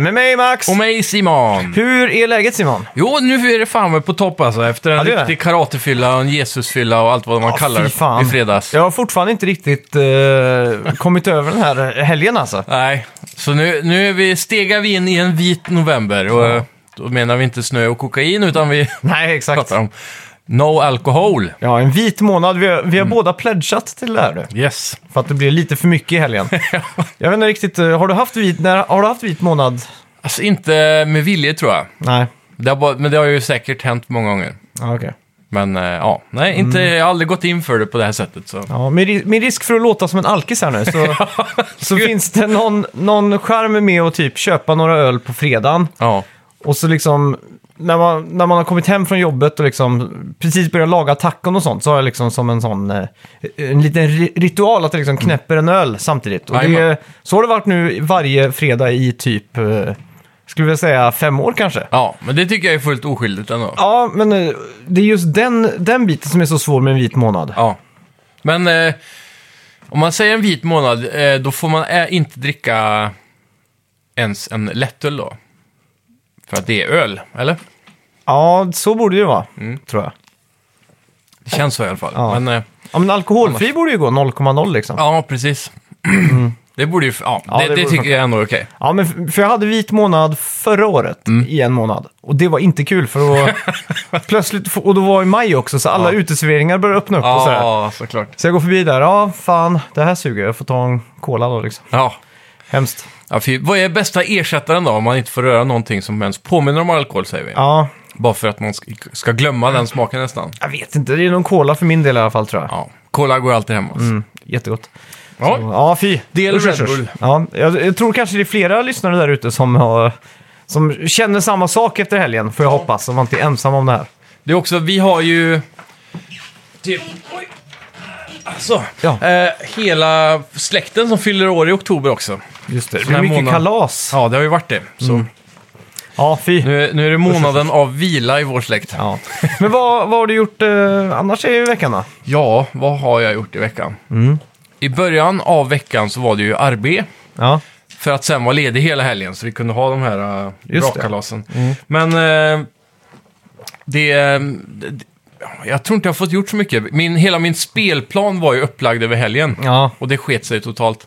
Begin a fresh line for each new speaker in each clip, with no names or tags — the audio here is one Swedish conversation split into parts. Med mig Max!
Och mig Simon.
Hur är läget Simon?
Jo, nu är det fan på topp alltså. Efter en
Ja, det är det.
riktig karatefylla och en Jesusfylla och allt vad man
Ja,
kallar
fy
det
fan.
i fredags.
Jag har fortfarande inte riktigt eh, kommit över den här helgen alltså.
Nej, så nu, nu är vi, stegar vi in i en vit november. Och eh, då menar vi inte snö och kokain, utan vi
Nej, exakt.
pratar om no alcohol.
Ja, en vit månad. Vi har, vi har båda pledgat till det här nu.
Yes.
För att det blir lite för mycket i helgen. jag vet inte riktigt, eh, har du haft vit, när, har du haft vit månad?
Alltså inte med vilje tror jag.
Nej.
Det har, bara- men det har ju säkert hänt många gånger.
Ja, okej.
Men eh, ja, nej, inte,
Mm.
jag har aldrig gått in för det på det här sättet. Så.
Ja, med, ri- med risk för att låta som en alkis här nu så, så finns det någon, någon charm med att typ köpa några öl på fredagen.
Ja.
Och så liksom, när man, när man har kommit hem från jobbet och liksom precis börjar laga tacon och sånt så har jag liksom som en sån, eh, en liten ri- ritual att jag liksom knäpper en öl samtidigt. Och
Jajamän.
det, så har det varit nu varje fredag i typ, eh, skulle jag säga fem år kanske.
ja, men det tycker jag är fullt oskyldigt ändå.
Ja, men eh, det är just den, den biten som är så svår med en vit månad.
Ja. Men eh, om man säger en vit månad, eh, då får man eh, inte dricka ens en lättöl då. För att det är öl, eller?
Ja, så borde det ju vara, tror jag.
Det känns så i alla fall.
Ja.
Men, eh,
Ja, men alkoholfri borde ju gå 0,0 liksom. Ja.
ja, precis. Det borde ju... f- Ja,
Mm. Ja,
det,
det
det,
borde
tycker
funka.
jag ändå är okej.
men f- för jag hade vit månad förra året
Mm.
i en månad. Och det var inte kul för då... plötsligt, f- och då var i maj också, så alla uteserveringar började öppna upp och sådär.
Ja, såklart.
Så jag går förbi där, ja fan, det här suger, jag får ta en cola då liksom.
Ja.
Hemskt.
Ja, fy. Vad är bästa ersättaren då, om man inte får röra någonting som ens påminner om alkohol, säger vi?
Ja,
Bara för att man sk- ska glömma den smaken nästan.
jag vet inte, det är någon cola för min del i alla fall tror jag.
Ja, cola går alltid hem. Alltså.
Mm, jättegott.
Ja.
Ja, fy.
Del
Usch,
Red
usch, usch.
Bull.
Ja, jag, jag tror kanske det är flera lyssnare där ute som, har, som känner samma sak efter helgen, får jag hoppas. Om man inte är ensam om det här.
Det är också, vi har ju... Typ... Oj! Alltså,
Ja.
eh, hela släkten som fyller år i oktober också. Mm.
Just det, det
Den
blir
här
mycket
månaden.
kalas.
Ja, det har ju varit det. Så
Ja, fy.
nu, nu är det månaden av vila i vår släkt.
Ja. Men vad, vad har du gjort eh, annars i veckan då?
Ja, vad har jag gjort i veckan? I början av veckan så var det ju arbete.
Ja,
För att sen vara ledig hela helgen så vi kunde ha de här äh,
Just det.
brakalasen. Men eh, det, eh, det... Jag tror inte jag har fått gjort så mycket. Min, hela min spelplan var ju upplagd över helgen.
ja,
Och det sket sig totalt.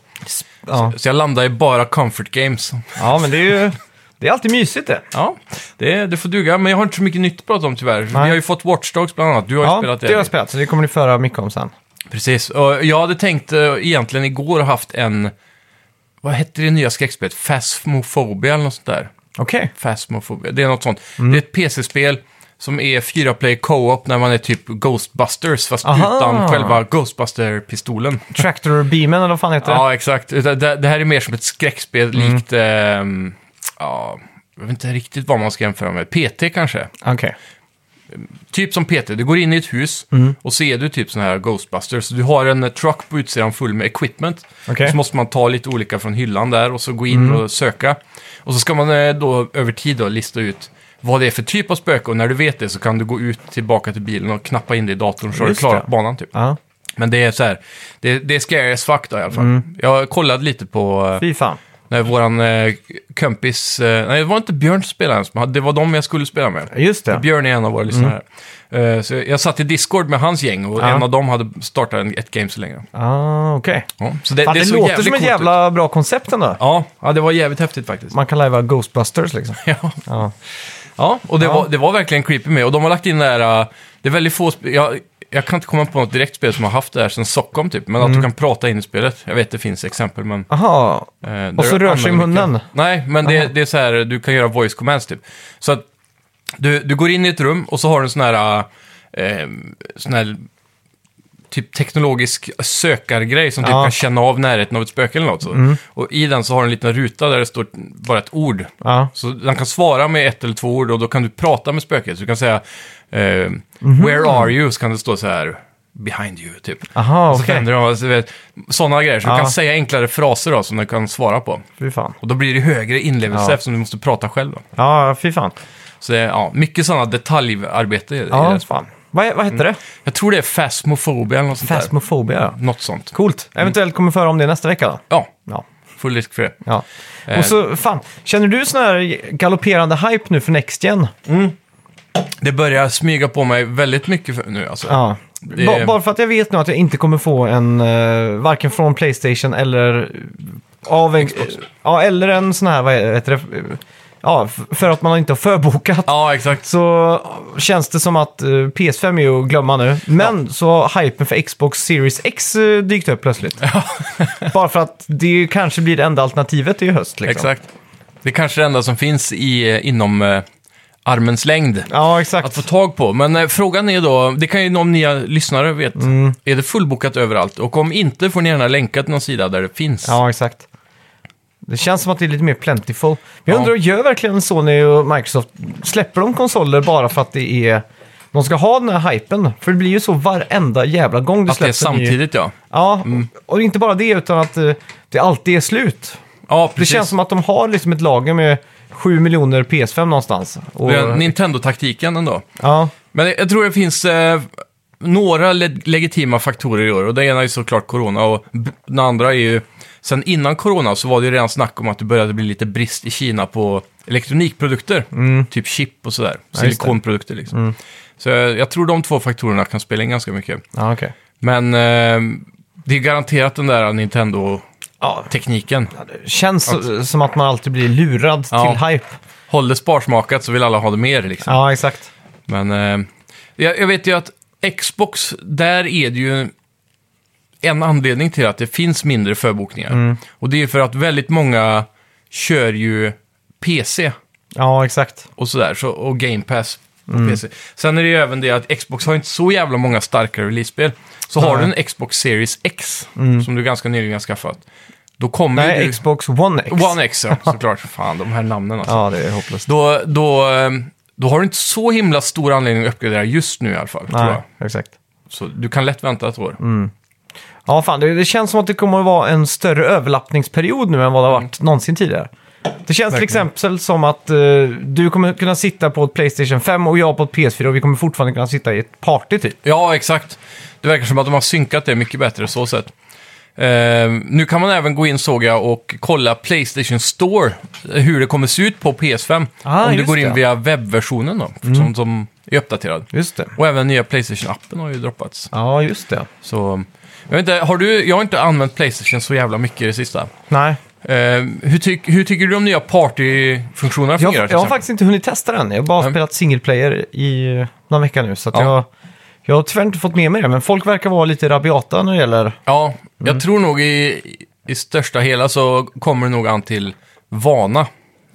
ja.
Så jag landade i bara comfort games.
ja men det är ju det är alltid mysigt det.
Ja, det, det får duga. Men jag har inte så mycket nytt att prata om tyvärr. Vi har ju fått Watch Dogs bland annat. Du har ju
Ja,
spelat
det har jag spelat, så det kommer ni föra mycket om sen.
Precis. Och jag hade tänkt eh, egentligen igår ha haft en... Vad hette det nya skräckspelet? Phasmophobia eller något sånt där.
Okej.
Phasmophobia. Det är något sånt.
Mm.
Det är ett PC-spel som är fyra play co-op när man är typ Ghostbusters fast
Aha.
utan själva Ghostbuster-pistolen.
Tractor Beamen eller vad fan heter det?
Ja, exakt. Det, det det här är mer som ett skräckspel
Mm.
likt... ehm, ja, jag vet inte riktigt vad man ska jämföra med. PT kanske?
Okej.
Typ som PT. Du går in i ett hus
Mm.
och så är du typ sån här Ghostbusters. Du har en eh, truck på utsidan full med equipment.
Okej. Mm.
Så måste man ta lite olika från hyllan där och så gå in och söka. Och så ska man eh, då över tid då lista ut vad det är för typ av spöke och när du vet det så kan du gå ut tillbaka till bilen och knappa in det i datorn så har du
Just
klarat
det.
banan typ.
Ja,
Men det är så här, det, det ska jag fuck då i alla fall.
Mm.
Jag kollade lite på eh,
fy fan.
när våran eh, kompis, eh, nej det var inte Björn som spelade ens, men det var de jag skulle spela med.
Just det. Mm.
Björn är en av våra lyssnare. Eh, så jag satt i Discord med hans gäng och
Ja.
en av dem hade startat en, ett game så länge.
Ah, okej.
Ja, så det,
Fan, det,
såg
låter
jävligt
som ett
coolt ut.
jävla bra koncept ändå.
Ja, ja, det var jävligt häftigt faktiskt.
Man kan lajva Ghostbusters liksom.
Ja,
Ja.
ja och det,
Ja.
Var, det var verkligen creepy med. Och de har lagt in det här, eh, det är väldigt få sp- jag, jag kan inte komma på något direkt spel som har haft det här sedan Stockholm typ, men att
Mm.
du kan prata in i spelet. Jag vet det finns exempel, men...
Aha,
Eh,
Och så
där
rör sig
använder
munnen.
mycket. Nej, men det, det är så här, du kan göra voice commands typ. Så att du, du går in i ett rum och så har du en sån här, eh, sån här typ teknologisk sökargrej som typ
Ja. Mm.
kan känna av närheten av ett spöke eller något. Så. Och i den så har du en liten ruta där det står bara ett ord.
ja.
Så den kan svara med ett eller två ord och då kan du prata med spöket. Så du kan säga eh,
Mhm.
“Where are you?” så kan det stå så här “Behind you” typ.
Aha,
Så
okej.
vänder de, alltså, du vet, sådana grejer. Så
Ja.
du kan säga enklare fraser då, som du kan svara på.
Fy fan.
Och då blir det högre inlevelse
Ja.
eftersom du måste prata själv. Då.
Ja, fy fan.
Så det är, ja, mycket sådana detaljarbete i i
Ja,
det.
fan. Vad, vad hette det?
Jag tror det är fasmofobia eller något sånt
Phasmophobia, ja.
där. Något sånt.
Coolt. Eventuellt kommer vi föra om det nästa vecka då.
Ja,
Ja.
Full risk för det.
Ja.
Eh.
Och så, fan, känner du sån här galopperande hype nu för Next Gen?
Det börjar smyga på mig väldigt mycket för- nu alltså.
Ja.
Det-
Ba- Bara för att jag vet nu att jag inte kommer få en, eh, varken från Playstation eller eh, av en, eh, ja, eller en sån här, vad heter det, Eh, ja, f- för att man inte har förbokat.
Ja, exakt.
Så känns det som att eh, PS5 är ju att glömma nu. Men så har hypen för Xbox Series X eh, dykt upp plötsligt. Bara för att det ju kanske blir det enda alternativet i höst. Liksom.
Exakt. Det är kanske det enda som finns i, eh, inom eh, armens längd.
Ja,
Att
exakt.
få tag på. Men eh, frågan är då, det kan ju någon nya lyssnare vet.
Mm.
Är det fullbokat överallt? Och om inte får ni gärna länka till någon sida där det finns.
Ja, exakt. Det känns som att det är lite mer plentiful. Men jag
Ja.
undrar, gör verkligen Sony och Microsoft, släpper de konsoler bara för att det är... De ska ha den här hypen, för det blir ju så varenda jävla gång du
att det är
släpps en ny-
samtidigt Mm. ja.
Ja, och inte bara det, utan att eh, det alltid är slut.
Ja,
Det
precis.
känns som att de har liksom ett lager med 7 miljoner PS5 någonstans. Och,
Det är Nintendo-taktiken ändå.
ja,
Men jag jag tror det finns eh, några le- legitima faktorer i år. Och det ena är ju såklart corona och b- den andra är ju... Sen innan corona så var det ju redan snack om att det började bli lite brist i Kina på elektronikprodukter. Typ chip och sådär.
Mm. just det. Mm.
Silikonprodukter liksom. Så jag, jag tror de två faktorerna kan spela in ganska mycket.
ja okej.
Men eh, det är garanterat den där Nintendo-tekniken.
Ja, det känns så- som att man alltid blir lurad
Ja.
till hype.
Håll det sparsmakat så vill alla ha det mer liksom.
Ja, exakt.
Men eh, jag, jag vet ju att Xbox, där är det ju en anledning till att det finns mindre förbokningar.
Mm.
Och det är för att väldigt många kör ju PC
Ja, exakt.
och sådär, så, och Game Pass på
Mm.
PC. Sen är det ju även det att Xbox har inte så jävla många starka release-spel. Så har du
Nej. Mm.
en Xbox Series X, som du ganska nyligen har skaffat, då kommer ju
Nej,
du...
Xbox One X.
One X, ja, såklart. Fan, de här namnen alltså.
Ja, det är hopplöst.
Då, då, eh, då har du inte så himla stor anledning att uppgradera just nu i alla fall. Tror jag.
Nej, Mm. exakt.
Så du kan lätt vänta ett år.
Ja, fan, det, det känns som att det kommer att vara en större överlappningsperiod nu än vad det har varit någonsin tidigare. Det känns till
Mm. Verkligen.
exempel som att eh, du kommer kunna sitta på ett Playstation 5 och jag på ett PS4 och vi kommer fortfarande kunna sitta i ett party typ.
Ja, exakt. Det verkar som att de har synkat det mycket bättre så sätt. Eh, nu kan man även gå in, såg jag, och kolla Playstation Store, eh, hur det kommer se ut på PS5.
Ah,
om du
just
går in
det. Mm.
via webbversionen då, som, som är uppdaterad.
Just det.
Och även nya Playstation-appen har ju droppats.
Ja, just det.
Så, jag, vet inte, har du, jag har inte använt Playstation så jävla mycket i det sista.
Nej,
Eh, hur, tyck- hur tycker du de nya partyfunktionerna
jag,
fungerar? till
jag har
exempel?
faktiskt inte hunnit testa den. Jag har bara
Nej.
spelat single player i eh, någon vecka nu. Så att
Ja.
jag, jag har tyvärr inte fått med mig det, men folk verkar vara lite rabiata när det gäller...
Ja,
Mm.
jag tror nog i, i största hela så kommer det nog an till vana.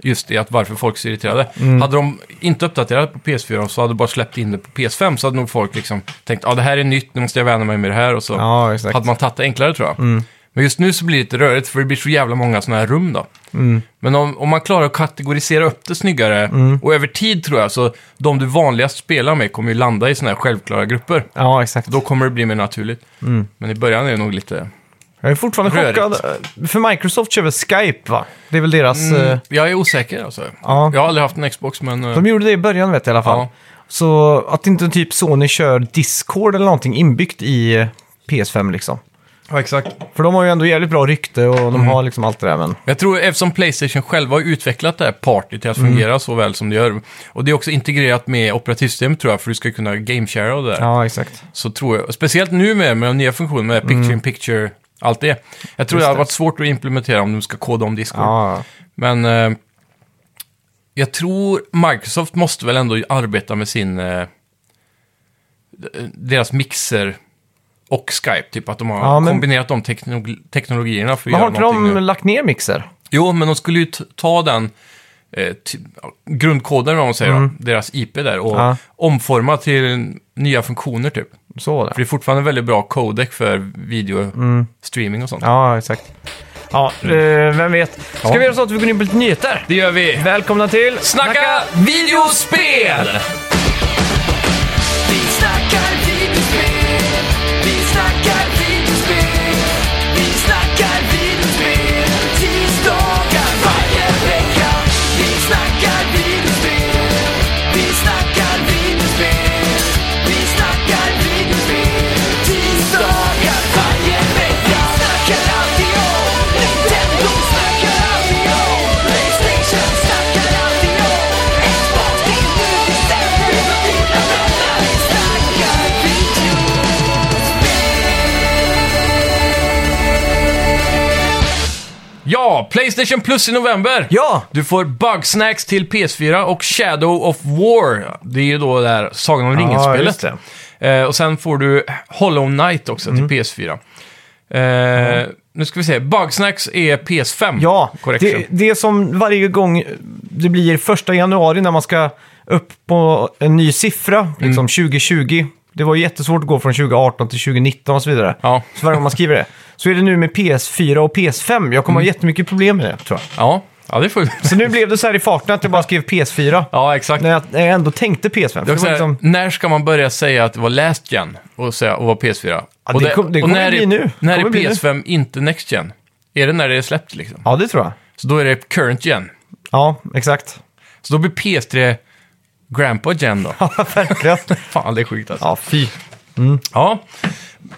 Just i att varför folk är så irriterade.
Mm.
Hade de inte uppdaterat på PS4 och så hade de bara släppt in det på PS5 så hade nog folk liksom tänkt att ah, det här är nytt, nu måste jag vänja mig med det här och så
Ja, exakt.
hade man tagit det enklare tror jag. Men just nu så blir det lite rörigt för det blir så jävla många sådana här rum då. Men om, om man klarar att kategorisera upp det snyggare och över tid tror jag så de du vanligast spelar med kommer ju landa i sådana här självklara grupper.
Ja, exakt.
Då kommer det bli mer naturligt. Men i början är det nog lite...
Jag är fortfarande
Rörigt.
chockad. eh, För Microsoft kör väl Skype, va? Det är väl deras...
Mm.
eh,
Jag är osäker alltså.
Ja.
Jag har aldrig haft en Xbox, men... eh,
De gjorde det i början vet jag i alla fall.
Ja.
Så att inte typ Sony kör Discord eller någonting inbyggt i eh, PS5 liksom.
Ja, exakt.
För de har ju ändå jävligt bra rykte och
Mm.
de har liksom allt det där. Men...
Jag tror eftersom Playstation själva har utvecklat det här party till att fungera så väl som det gör. Och det är också integrerat med operativsystemet tror jag, för du ska kunna gameshare och det där.
Ja, exakt.
Så tror jag, speciellt nu med, med de nya funktionerna med picture in picture, allt det. Jag
Mm. Just
tror det har
det.
varit svårt att implementera om du ska koda om Discord.
Ja,
Men eh, jag tror Microsoft måste väl ändå arbeta med sin... Eh, deras mixer och Skype, typ att de har
Ja, men-
kombinerat de teknolog teknologierna för att
men har
göra
inte de
någonting nu.
lagt ner Mixer?
Jo, men de skulle ju t- ta den eh, ty- ja, grundkoden, vad man säger, då, deras IP där och
Mm. Ja.
omforma till nya funktioner typ.
Så var det.
För det är fortfarande väldigt bra codec för videostreaming och sånt.
Mm. Ja, exakt. Ja, eh, vem vet. Ska
Mm. Ja.
vi göra så att vi går in på lite nyheter?
Det gör vi!
Välkomna till
Snacka videospel!
Vi snackar videospel, vi snackar videospel, vi snackar videospel, tisdagar varje vecka. Vi snackar videospel, vi snackar videospel, vi snackar videospel, tisdagar varje vecka. Vi snackar alltid om Nintendo,
Ja, Playstation Plus i november!
Ja!
Du får Bugsnacks till PS4 och Shadow of War. Det är ju då det här Sagan om
just
ringen-spelet.
det. Mm.
Eh, och sen får du Hollow Knight också till PS4. Eh, Nu ska vi se, Bugsnacks är PS5.
Ja,
Correction.
det, det är som varje gång det blir första januari när man ska upp på en ny siffra, liksom
Mm.
2020. Det var ju jättesvårt att gå från 2018 till 2019 och så vidare.
Ja.
Så varje gång man skriver det. Så är det nu med PS4 och PS5. Jag kommer
Mm.
ha jättemycket problem med det, tror jag.
Ja, ja det får vi.
Så nu blev det så här i farten att jag bara skrev PS4.
Ja, exakt.
När jag, när jag ändå tänkte PS5.
Det
För
är
det
också
var
så här,
liksom,
När ska man börja säga att det var last gen och, säga, och vara PS4?
Ja,
och
det kom- det
och
kommer
när
bli
är-
nu.
När är
Kommer bli nu.
PS5 inte next gen? Är det när det är släppt liksom?
ja, det tror jag.
Så då är det current gen.
Ja, exakt.
Så då blir PS3 grandpa gen då.
Ja, verkligen.
Fan, det är sjukt alltså.
Ja, fy.
Ja,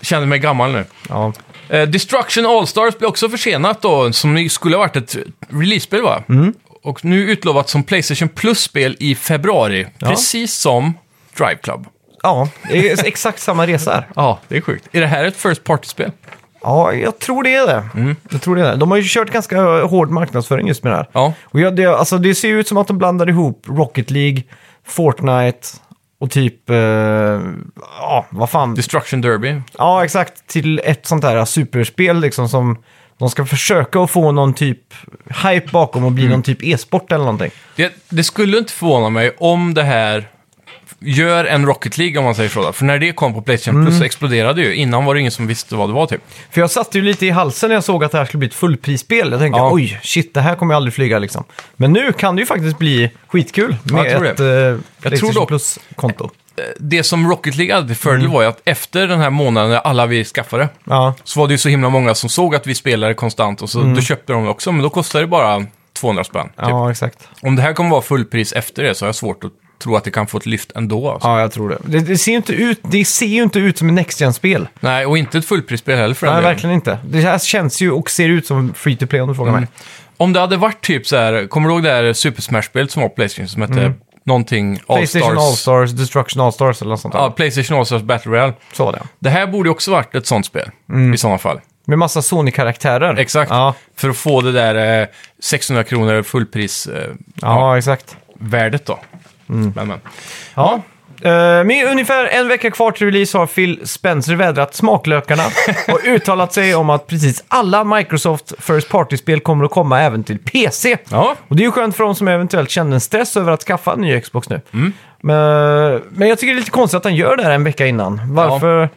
känner mig gammal nu.
Ja.
Eh, Destruction All-Stars blir också försenat då, som ju skulle ha varit ett release-spel va?
Mm.
Och nu utlovat som Playstation Plus-spel i februari. Precis som Drive Club.
ja, det är exakt samma resa här.
Ja, det är sjukt. Är det här ett First Party-spel?
Ja, jag tror det är det. Jag tror det är det. De har ju kört ganska hård marknadsföring just med det här.
Ja.
Och jag, det, alltså, det ser ju ut som att de blandar ihop Rocket League, Fortnite och typ... eh, Ja, vad fan.
Destruction Derby.
Ja, exakt. Till ett sånt här superspel liksom som de ska försöka att få någon typ hype bakom och bli någon typ e-sport eller någonting.
Det, det skulle inte förvåna mig om det här gör en Rocket League, om man säger så. Då. För när det kom på Playstation Plus så
Mm.
exploderade det ju. Innan var det ingen som visste vad det var, typ.
För jag satte ju lite i halsen när jag såg att det här skulle bli ett fullprisspel. Jag tänkte
Ja.
oj, shit, det här kommer jag aldrig flyga liksom. Men nu kan det ju faktiskt bli skitkul
jag
med
tror
ett
det.
eh, Playstation
dock-
Plus-konto.
Eh, Det som Rocket League hade till fördel
Mm.
var ju att efter den här månaden när alla vi skaffade,
Ja.
så var det ju så himla många som såg att vi spelade konstant och så då köpte de det också, men då kostade det bara 200 spänn. Typ.
Mm. Ja, exakt.
Om det här kommer vara fullpris efter det så har jag svårt att tro att det kan få ett lyft ändå. Alltså.
Ja, jag tror det. Det, det, ser, ju inte ut, det ser ju inte ut som ett Next Gen-spel.
Nej, och inte ett fullprisspel heller för den
Nej,
delen.
verkligen inte. Det här känns ju och ser ut som free to play om du
Mm.
frågar mig.
Om det hade varit typ så här, kommer du ihåg det här Super Smash-spelet som var på Playstation som hette någonting
Mm. Playstation
All-Stars?
All-Stars, Destruction All-Stars eller något sånt där.
Ja, Playstation All-Stars Battle Royale.
Så var det.
Det här borde ju också varit ett sånt spel
Mm.
i sådana fall.
Med massa Sony-karaktärer.
Exakt.
Ja,
För att få det där eh, 600 kronor fullpris-värdet
ja, exakt.
då.
Mm.
Men, men.
Ja. Eh, Med ungefär en vecka kvar till release har Phil Spencer vädrat smaklökarna och uttalat sig om att precis alla Microsoft First Party-spel kommer att komma även till PC.
Ja,
Och det är ju skönt för de som eventuellt känner en stress över att skaffa en ny Xbox nu. Men, men jag tycker det är lite konstigt att han gör det här en vecka innan. Varför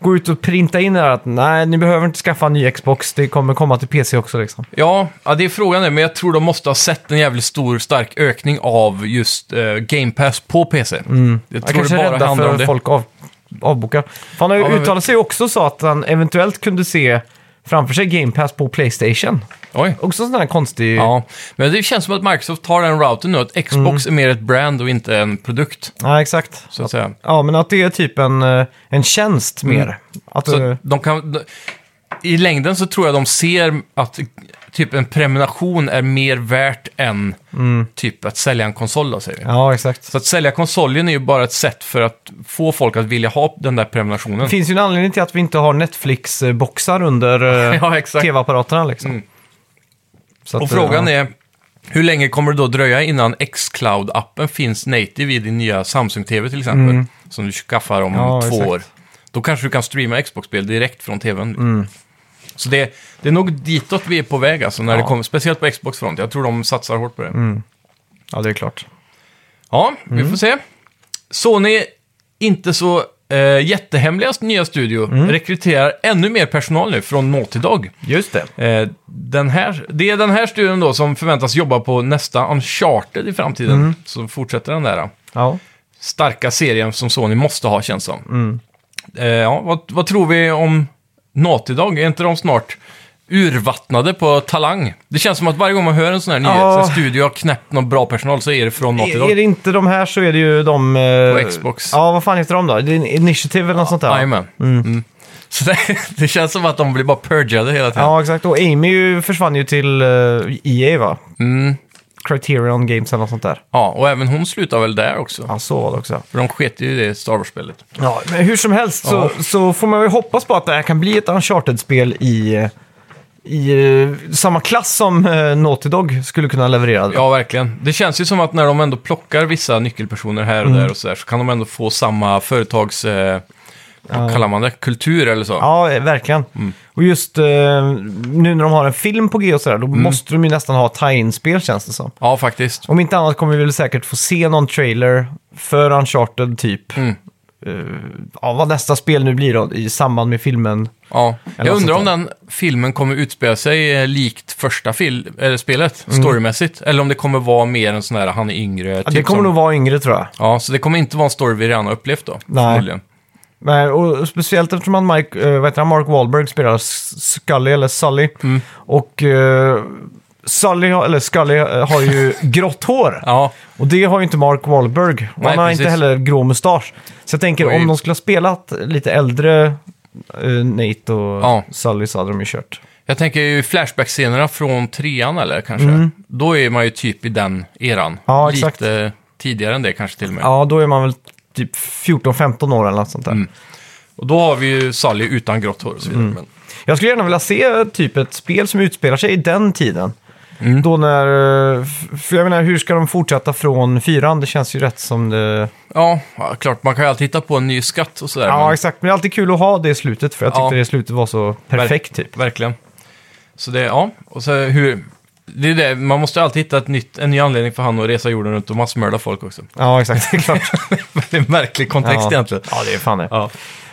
gå ut och printa in det här att nej, ni behöver inte skaffa en ny Xbox, det kommer komma till PC också liksom.
Ja, ja, det är frågan det, men jag tror de måste ha sett en jävligt stor, stark ökning av just eh, Game Pass på PC. Jag
Mm. Jag
tror
kanske
det
är
bara
rädda
handlar om
för
det.
att folk av, avbokar. För han har ju
Ja, men-
uttalat sig också och sa att han eventuellt kunde se framför sig Game Pass på Playstation.
Oj.
Också en sån här konstig...
Ja, men det känns som att Microsoft tar den routen nu, att
Mm.
Xbox är mer ett brand och inte en produkt,
Ja, exakt.
så att säga.
Ja, men att det är typ en, eh, en tjänst mer. Att,
Så
eh,
att de kan... de- I längden så tror jag de ser att typ en prenumeration är mer värt än typ att sälja en konsol, då, säger vi.
Ja, exakt.
Så att sälja konsolen är ju bara ett sätt för att få folk att vilja ha den där prenumerationen.
Det finns ju en anledning till att vi inte har Netflix-boxar under eh,
Ja, exakt.
tv-apparaterna. Liksom.
Mm.
Så
Och
att,
frågan
eh,
är, hur länge kommer det då dröja innan Xcloud-appen finns native i din nya Samsung-TV till exempel? Som du skaffar om
Mm. Ja,
två
exakt.
år. Då kanske du kan streama Xbox-spel direkt från TVn.
Mm.
Så det, det är nog ditåt vi är på väg, alltså, när det
Ja. Mm.
kommer, speciellt på Xbox-front. Jag tror de satsar hårt på det.
Ja, det är klart.
Ja, vi
Mm.
får se. Sony, inte så eh, jättehemliga nya studio,
Mm.
rekryterar ännu mer personal nu från Naughty Dog.
Just det.
Eh, den här, det är den här studion då som förväntas jobba på nästa Uncharted i framtiden.
Mm.
Så fortsätter den där eh,
Ja.
starka serien som Sony måste ha känns som.
Mm.
Eh, ja, vad, vad tror vi om Naughty Dog? Är inte de snart urvattnade på talang? Det känns som att varje gång man hör en sån här nyhet,
Ja.
en studio har knäppt någon bra personal, så är det från Naughty
Är,
Dog.
är det inte de här så är det ju de... eh,
På Xbox.
Ja, vad fan heter de då? Det är Initiative eller något sånt där? va?
Jajamän. Mm. Så det, det känns som att de blir bara purgade hela tiden.
Ja, exakt. Och Amy ju, försvann ju till eh, EA, va?
Mm.
Criterion Games eller något sånt där.
Ja, och även hon slutar väl där också.
Ja, så var det också.
För de sket ju i det Star Wars-spelet.
Ja, men hur som helst så, så får man väl hoppas på att det här kan bli ett Uncharted-spel i, eh, i eh, samma klass som eh, Naughty Dog skulle kunna leverera.
Ja, verkligen. Det känns ju som att när de ändå plockar vissa nyckelpersoner här och
Mm.
där och så där, så kan de ändå få samma företags... Eh, vad kallar man det? Kultur eller så.
Ja, eh, verkligen. Och just eh, nu när de har en film på G och sådär, då måste de ju nästan ha tie-in-spel känns det som.
Ja, faktiskt.
Om inte annat kommer vi väl säkert få se någon trailer för Uncharted typ.
Mm.
Eh, ja, vad nästa spel nu blir då i samband med filmen.
Ja.
Eller
Jag
något
undrar om
sånt
den filmen kommer utspela sig eh, likt första fil- eller spelet, storymässigt. Eller om det kommer vara mer en sån här, han är yngre.
Mm.
typ
Ja, det kommer
som...
nog vara yngre tror jag.
Ja, så det kommer inte vara en story vi redan har upplevt då.
Nej.
förmodligen.
Nej, och speciellt eftersom han Mike, eh, vad heter han, Mark Wahlberg spelar S- Scully, eller Sully.
Mm.
Och eh, Sully, har- eller Scully, eh, har ju grått hår.
Ja,
Och det har ju inte Mark Wahlberg. Och
Nej,
han har
precis.
inte heller grå mustasch. Så jag tänker,
Oj.
om de skulle ha spelat lite äldre eh, Nate och
Ja.
Sully så hade de ju kört.
jag tänker ju flashback-scenerna från trean eller kanske. Då är man ju typ i den eran.
Mm. Ja,
lite
exakt.
tidigare än det kanske till och med.
Ja, då är man väl typ 14-15 år eller något sånt där.
Mm. Och då har vi ju Sally utan grått hår och så
Mm.
vidare. Men...
Jag skulle gärna vilja se eh, typ ett spel som utspelar sig i den tiden.
Mm.
Då när... eh, f- För jag menar, hur ska de fortsätta från fyran? Det känns ju rätt som det...
Ja, ja, klart. Man kan ju alltid hitta på en ny skatt och sådär.
Ja,
men-
exakt. Men det är alltid kul att ha det i slutet, för jag tyckte
Ja.
det slutet var så perfekt typ.
Verkligen. Så det, ja. Och så hur... Det är det, man måste alltid hitta ett nytt, en ny anledning för han att resa jorden runt och massmörda folk också.
Ja, exakt. Det är klart.
Väldigt märklig kontext
ja.
egentligen.
Ja, det är fan det.
Ja.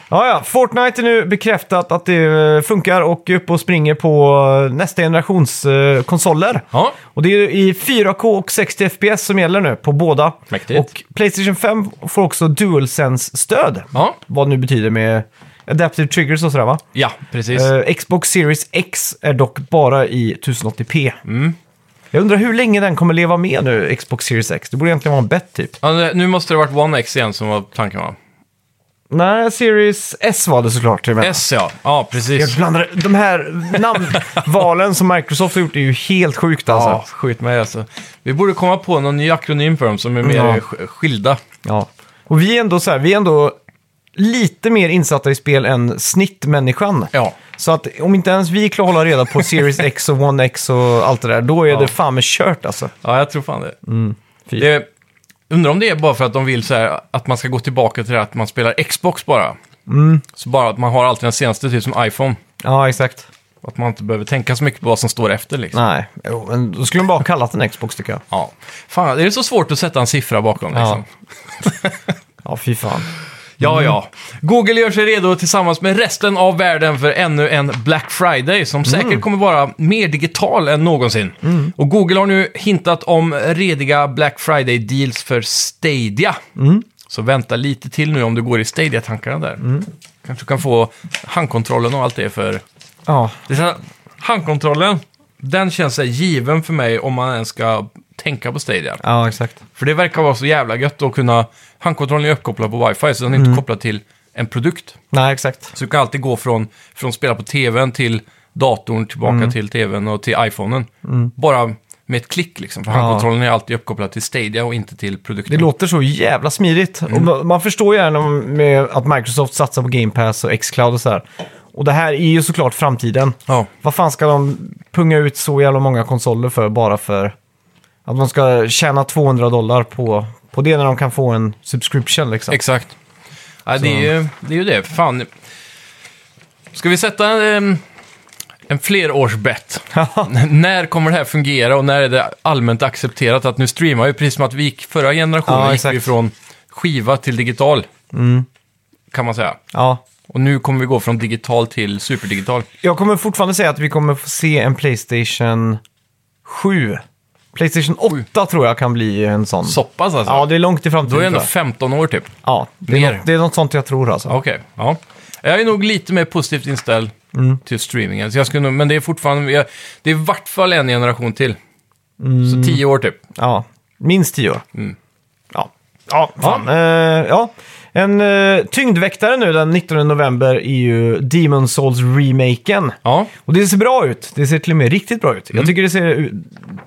Ja, ja. Fortnite är nu bekräftat att det eh, funkar och är uppe och springer på eh, nästa generations eh, konsoler.
ja.
Och det är i 4K och 60 FPS som gäller nu på båda.
Mäktigt.
Och Playstation 5 får också DualSense-stöd.
Ja.
Vad nu betyder med Adaptive Triggers och sådär va?
Ja, precis.
Eh, Xbox Series X är dock bara i 1080p.
Mm.
Jag undrar hur länge den kommer leva med nu, Xbox Series X. Det borde egentligen vara en bett typ.
Ja, det- nu måste det ha varit One X igen som var tanken va?
Nej, Series S var det såklart. jag menar.
S ja, ja
Jag
precis.
blandar, de här namnvalen som Microsoft har gjort är ju helt sjukt alltså.
Ja, skjut mig alltså. Vi borde komma på någon ny akronym för dem som är mer
Ja.
eh, sk- skilda.
Ja. Och vi är ändå så här, vi är ändå lite mer insatta i spel än snittmänniskan.
Ja.
Så att om inte ens vi klarar att hålla reda på Series X och One X och allt det där, då är det fan med kört alltså.
Ja, jag tror fan det.
Mm, Fy.
det undrar om det är bara för att de vill så här, att man ska gå tillbaka till det här att man spelar Xbox bara.
Mm.
Så bara att man har alltid den senaste, typ som iPhone.
Ja, exakt.
Att man inte behöver tänka så mycket på vad som står efter liksom.
Nej, jo, men då skulle de bara ha kallat den Xbox tycker jag.
Ja. Fan, är det så svårt att sätta en siffra bakom
Ja.
liksom?
Ja, fy fan.
Ja, ja. Google gör sig redo tillsammans med resten av världen för ännu en Black Friday som säkert kommer vara mer digital än någonsin. Och Google har nu hintat om rediga Black Friday-deals för Stadia. Så vänta lite till nu om du går i Stadia-tankarna där. Kanske du kan få handkontrollen och allt det för...
Ja,
Det är så här, handkontrollen, den känns så här given för mig om man ens ska tänka på Stadia.
ja exakt.
För det verkar vara så jävla gött att kunna... Handkontrollen är uppkopplad på wifi, så den är inte kopplad till en produkt.
Nej, exakt.
Så du kan alltid gå från, från spela på tvn till datorn, tillbaka till tvn och till iPhonen. Bara med ett klick liksom. För handkontrollen är alltid uppkopplad till Stadia och inte till
Det
produkten.
låter så jävla smidigt. Och ma- man förstår ju här när- med att Microsoft satsar på Game Pass och Xcloud och så här. Och det här är ju såklart framtiden.
Ja.
Vad fan ska de punga ut så jävla många konsoler för bara för att de ska tjäna 200 dollar på, på det när de kan få en subscription liksom?
Exakt. Ja, det, är ju, det är ju det. Fan. Ska vi sätta en, en flerårsbett? N- när kommer det här fungera och när är det allmänt accepterat att nu streamar vi? Precis som att vi gick förra generationen
Ja,
gick
exakt. Mm.
vi från skiva till digital. Kan man säga.
ja.
Och nu kommer vi gå från digital till superdigital.
Jag kommer fortfarande säga att vi kommer få se en Playstation 7. Playstation 8 tror jag kan bli en sån.
Så pass alltså?
Ja, det är långt i framtiden.
Då är jag ändå
tror jag.
15 år typ.
Ja, det
mer.
är, något, det är något sånt jag tror alltså.
Okej, ja. Jag är nog lite mer positivt inställd till streamingen. Så jag skulle nog, men det är fortfarande, jag, det är i vart fall en generation till. Så 10 år typ.
Ja, minst tio år.
Mm.
Ja. ja, fan. Eh, ja. En eh, tyngdväktare nu den 19 november är ju Demon Souls-remaken.
Ja, Mm.
Och det ser bra ut. Det ser till och med riktigt bra ut. Jag tycker det ser u-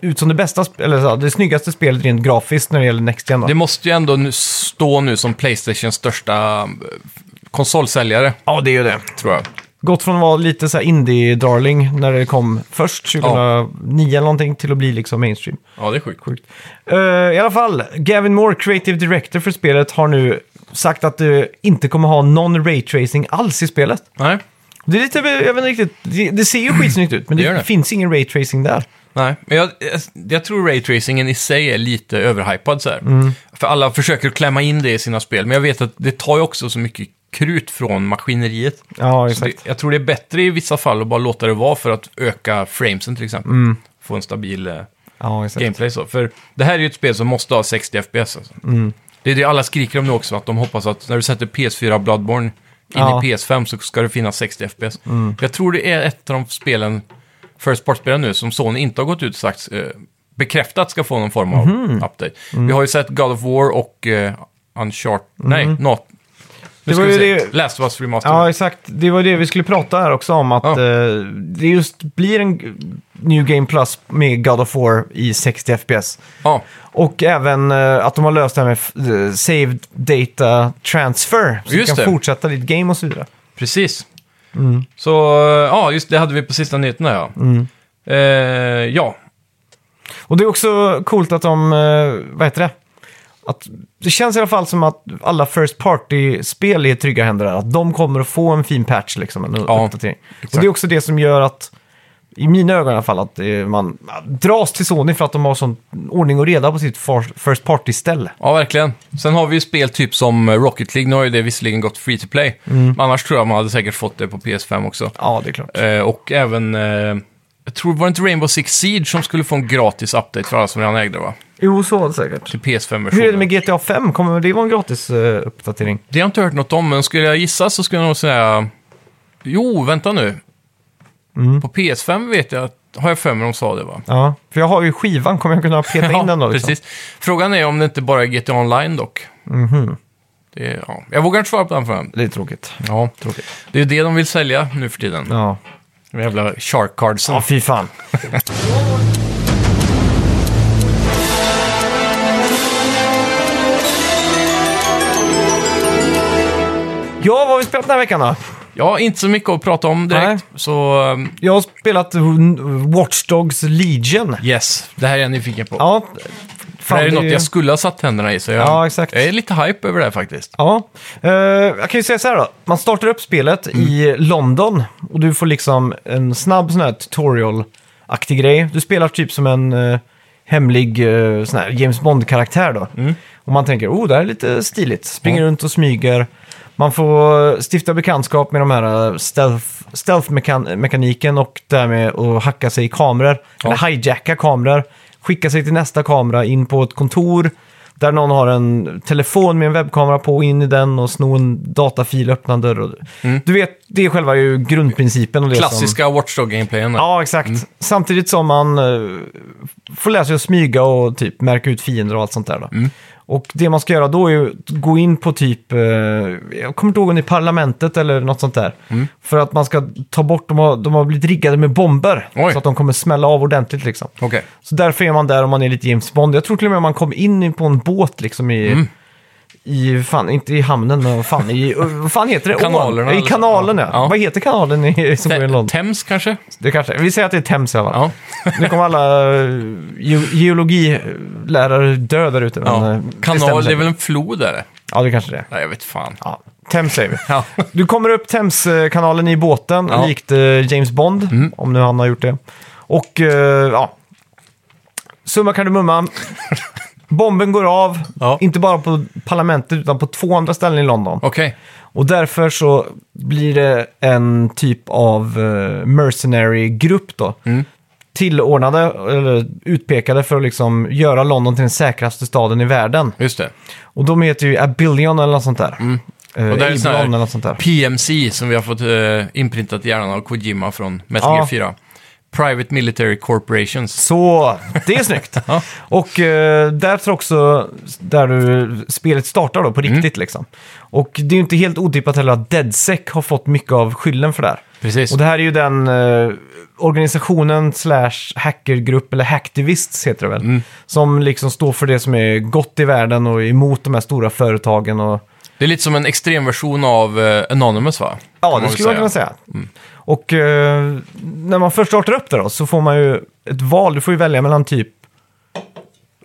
ut som det bästa, sp- eller så, det snyggaste spelet rent grafiskt när det gäller Next Gen. Då.
det måste ju ändå nu stå nu som Playstations största eh, konsolsäljare,
Ja, det är ju det.
tror jag.
gått från att vara lite så här indie-darling när det kom först 2009 eller någonting till att bli liksom mainstream.
Ja, det är sjukt.
Sjukt. Eh, I alla fall, Gavin Moore, creative director för spelet, har nu sagt att det inte kommer ha någon raytracing alls i spelet.
Nej,
Det är lite, jag vet inte riktigt, det, det ser ju skitsnyggt ut, men
Det
det,
gör det.
finns ingen raytracing där.
nej. Men jag, jag, jag tror raytracingen i sig är lite överhypad så här. För alla försöker klämma in det i sina spel, men jag vet att det tar ju också så mycket krut från maskineriet.
Ja,
Så
exakt.
det, jag tror det är bättre i vissa fall att bara låta det vara för att öka framesen till exempel. Få en stabil eh,
Ja, Mm. exakt.
gameplay så. För det här är ju ett spel som måste ha 60 FPS. Alltså.
Mm.
Det är det alla skriker om nu också, att de hoppas att när du sätter PS4 Bloodborne in
Ja. Mm.
i PS5 så ska det finnas 60 FPS. Jag tror det är ett av de spelen, First Part-spelen nu, som Sony inte har gått ut och sagt eh, bekräftat ska få någon form av
Mhm.
update.
Mm.
Vi har ju sett God of War och eh, Uncharted, nej, not. Nu
Mm. Det
ska
var
vi
ju
se.
det-
Last of Us Remastered.
Ja, exakt. Det var det vi skulle prata här också om, att
Ja.
eh, det just blir en g- New Game Plus med God of War i 60 FPS.
Ja.
Och även eh, att de har löst det här med f- eh, saved data transfer. Så
Just
du kan
det.
fortsätta ditt game och så vidare.
Precis.
Mm.
Så, eh, ja, just det hade vi på sista nyheterna, ja. Eh, ja,
Och det är också coolt att de, eh, vad heter det? Att det känns i alla fall som att alla First Party-spel är i trygga händer där. Att de kommer att få en fin patch, liksom, en
Ja,
uppdatering. Och
exakt.
det är också det som gör att, i mina ögon i alla fall, att eh, man dras till Sony för att de har sån ordning och reda på sitt far- First Party-ställe.
Ja, verkligen. Sen har vi ju spel typ som Rocket League. Nu har ju det visserligen gått free to play.
Mm.
Men annars tror jag man hade säkert fått det på PS5 också.
Ja, det är klart.
Eh, och även, eh, jag tror var det inte Rainbow Six Siege som skulle få en gratis update för alla som redan ägde va?
Jo, så var det säkert.
Till PS5-versionen.
Hur är det med GTA 5? Kommer det vara en gratis eh, uppdatering?
Det har jag inte hört något om, men skulle jag gissa så skulle jag nog säga... Jo, vänta nu.
Mm.
På PS5 vet jag att, har jag för mig de sa det va?
Ja, för jag har ju skivan. Kommer jag kunna peta in den då? Liksom?
precis. Frågan är om det inte bara är GTA Online dock.
Mhm.
Det är, ja. Jag vågar inte svara på den frågan.
Det är tråkigt.
Ja, tråkigt. Det är ju det de vill sälja nu för tiden.
Ja,
De jävla shark cardsen.
ja fy fan. Ja, vad har vi spelat den här veckan då?
Ja, inte så mycket att prata om direkt.
Nej.
Så um,
Jag har spelat mm, Watch Dogs Legion.
yes, det här är jag nyfiken på.
Ja,
för
fan,
det här är något
ju-
jag skulle ha satt händerna i, så jag,
Ja, exakt.
jag är lite hype över det här faktiskt.
Ja, Eh, jag kan ju säga så här då. Man startar upp spelet i London och du får liksom en snabb sån här tutorial-aktig grej. Du spelar typ som en eh, hemlig eh, sån här James Bond-karaktär då. Och man tänker, oh, det här är lite stiligt. Springer
Ja.
runt och smyger. Man får stifta bekantskap med de här eh, stealth, stealth-mekaniken och därmed att hacka sig i kameror.
Ja.
Eller hijacka kameror. Skicka sig till nästa kamera, in på ett kontor. Där någon har en telefon med en webbkamera på, in i den och sno en datafil, öppna en dörr. Och... Du vet, det är själva ju grundprincipen. Och det Som...
Klassiska Watchdog-gameplayen.
Ja, exakt.
Mm.
Samtidigt som man eh, får lära sig att smyga och typ märka ut fiender och allt sånt där. Då.
Mm.
Och det man ska göra då är ju att gå in på typ, eh, jag kommer inte ihåg om det är parlamentet eller något sånt där.
Mm.
För att man ska ta bort, de har, de har blivit riggade med bomber.
Oj.
Så att de kommer smälla av ordentligt liksom.
Okej.
Så därför är man där om man är lite James Bond. Jag tror till och med man kom in på en båt liksom i...
Mm.
I, fan, inte i hamnen, men vad fan, i, vad fan heter det? Ån?
Kanalerna
I
eller så.
kanalen, ja.
Ja.
Vad heter kanalen i, som går i
Te-
London?
Thames kanske?
Det kanske, vi säger att det är Thames i alla fall.
Ja.
Nu kommer alla eh, ge, geologilärare dö där ute. men, eh,
ja.
det stämmer
Kanal, det är
säkert.
väl en flod eller?
Ja, det kanske det är.
Nej, jag vet fan.
Ja. Thames säger vi.
Ja.
Du kommer upp Thames-kanalen i båten,
Ja. Mm.
likt eh, James Bond, om nu han har gjort det. Och, eh, ja. Summa kardemumma. Bomben går av,
Ja.
inte bara på parlamentet utan på två andra ställen i London.
Okej.
Och därför så blir det en typ av eh, mercenary-grupp då.
Mm.
Tillordnade, eller utpekade för att liksom göra London till den säkraste staden i världen.
Just det.
Och de heter ju Abillion eller något sånt där. Eh,
Mm. Och det är sån
Abilon
här-
eller något sånt där.
PMC som vi har fått eh, inprintat i hjärnan av Kojima från Metal
Ja.
Gear 4. Private Military Corporations.
Så, det är snyggt. Och eh, där tror jag också, där du, spelet startar då på
Mm.
riktigt liksom. Och det är ju inte helt otippat heller att DedSec har fått mycket av skylden för det här.
Precis.
Och det här är ju den eh, organisationen slash hackergrupp, eller hacktivists heter det väl, som liksom står för det som är gott i världen och emot de här stora företagen och
det Det är lite som en extremversion av eh, Anonymous va?
Ja,
Kan
det
väl
skulle man kunna säga. Mm. Och eh, när man först startar upp det då, så får man ju ett val. Du får ju välja mellan typ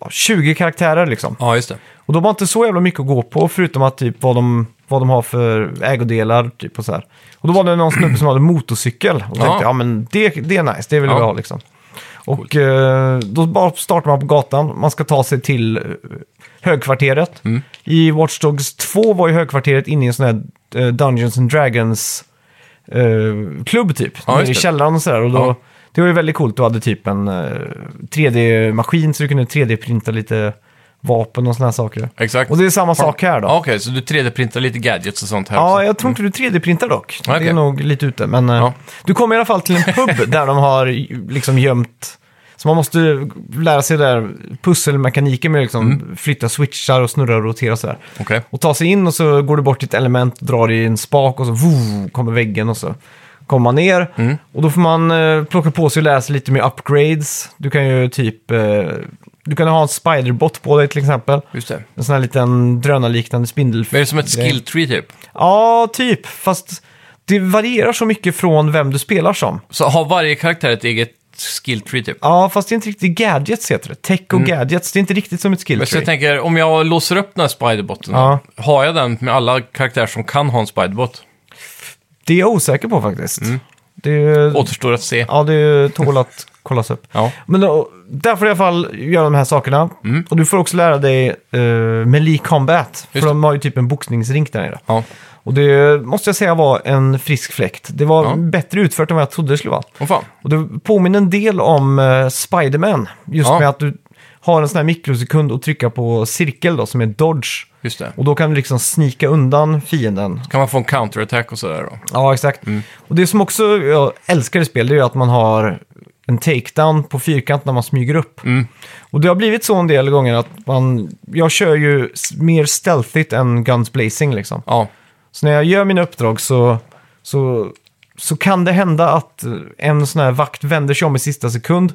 ja, 20 karaktärer liksom.
Ja, just det.
Och de har inte så jävla mycket att gå på, förutom att typ vad de, vad de har för ägodelar typ och så här. Och då var det någon snubbe som hade motorcykel. Och tänkte, ja,
Ja.
men det, det är nice, det vill
Ja.
vi ha liksom. Och eh, då bara startar man på gatan, man ska ta sig till eh, högkvarteret.
Mm.
I Watch Dogs 2 var ju högkvarteret inne i en sån här eh, Dungeons and Dragons eh, klubb typ.
Ja,
Nere
just
I
det.
källaren och sådär. Och då,
Ja.
Det var ju väldigt coolt, du hade typ en eh, 3D-maskin så du kunde 3D-printa lite vapen och sådana här saker.
Exakt.
Och det är samma sak här då.
Ja, Okej, så du 3D-printar lite gadgets och sånt här
Ja,
också?
jag tror inte du 3D-printar dock.
Okej.
Det är nog lite ute. Men eh,
Ja.
du kommer i alla fall till en pub där de har ju- liksom gömt... Så man måste lära sig där pusselmekaniken med liksom
Mm.
flytta switchar och snurra och rotera och sådär.
Okej.
Och ta sig in och så går du bort till ett element, drar i en spak och så voo, kommer väggen och så kommer man ner.
Mm.
Och då får man eh, plocka på sig och lära sig lite mer upgrades. Du kan ju typ... Eh, du kan ha en spiderbot på dig till exempel.
Just det.
En sån här liten drönarliknande spindel.
Men är det som ett skill tree typ?
Ja, typ. Fast det varierar så mycket från vem du spelar som.
Så har varje karaktär ett eget skill tree typ?
Ja, fast det är inte riktigt gadgets heter det. Tech och gadgets, det är inte riktigt som ett skill
Mm. Men så
tree.
jag tänker, om jag låser upp den här spiderbotten,
Ja.
har jag den med alla karaktärer som kan ha en spiderbot?
Det är jag osäker på faktiskt.
Mm.
Det,
Återstår att se.
ja, det tål att kollas upp.
Ja. Mm.
Men då, där får du i alla fall göra de här sakerna. Och du får också lära dig uh, melee combat. För
Just
de har ju typ en boxningsrink där nere.
Ja.
Och det måste jag säga var en frisk fläkt. Det var
Ja.
bättre utfört än vad jag trodde det skulle vara.
Åh fan.
Och det påminner en del om eh, Spiderman. Just
Ja.
med att du har en sån här mikrosekund att trycka på cirkel då, som är dodge.
Just det.
Och då kan du liksom snika undan fienden.
Kan man få en counterattack och sådär då?
Ja, exakt.
Mm.
Och det som också jag älskar i spel, det är ju att man har en takedown på fyrkant när man smyger upp.
Mm.
Och det har blivit så en del gånger att man... Jag kör ju s- mer stealthigt än guns blazing liksom.
Ja.
Så när jag gör mina uppdrag så, så, så kan det hända att eh, en sån här vakt vänder sig om i sista sekund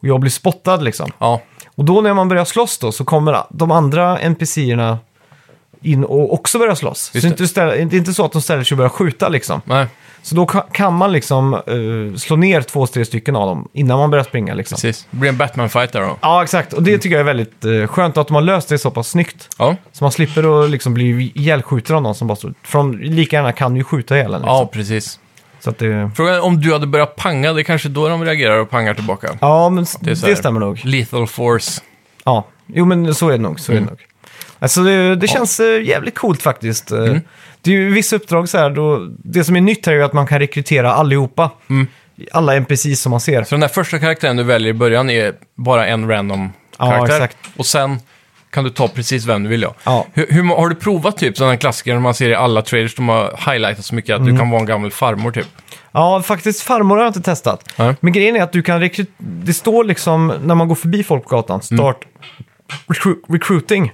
och jag blir spottad liksom.
Ja.
Och då när man börjar slåss då så kommer a- de andra NPC-erna in och också börjar slåss. Så
Just
det.
det.
är inte ställa- det är inte så att de ställer sig och börjar skjuta liksom.
Nej,
Så då ka- kan man liksom eh, slå ner två, tre stycken av dem innan man börjar springa liksom.
precis. Det blir en Batman-fight där då.
Ja, exakt. Och det tycker jag är väldigt eh, skönt att de har löst det så pass snyggt.
Ja.
Så man slipper att liksom bli ihjälskjuten av någon som bara står... För de lika gärna kan ju skjuta ihjäl en. Liksom.
Ja, precis.
Så att det...
Frågan är om du hade börjat panga, det är kanske då de reagerar och pangar tillbaka.
Ja, men
Det
det,
är så här.
stämmer nog.
Lethal force.
Ja. Jo, men så är det nog. Så är det
Mm.
nog. Alltså, det, det känns eh, jävligt coolt faktiskt. Eh,
Mm.
Det är ju vissa uppdrag så här, då, det som är nytt här är ju att man kan rekrytera allihopa.
Mm.
Alla NPCs som man ser.
Så den där första karaktären du väljer i början är bara en random
Ja,
karaktär.
exakt.
Och sen kan du ta precis vem du vill. Ja.
Ja.
Hur, hur, har du provat typ sådana klassiker när man ser i alla trailers de har highlightat så mycket att
Mm.
du kan vara en gammal farmor typ?
Ja, faktiskt farmor har jag inte testat.
Nej.
Men grejen är att du kan rekrytera... Det står liksom, när man går förbi folk på gatan, start recru- recruiting.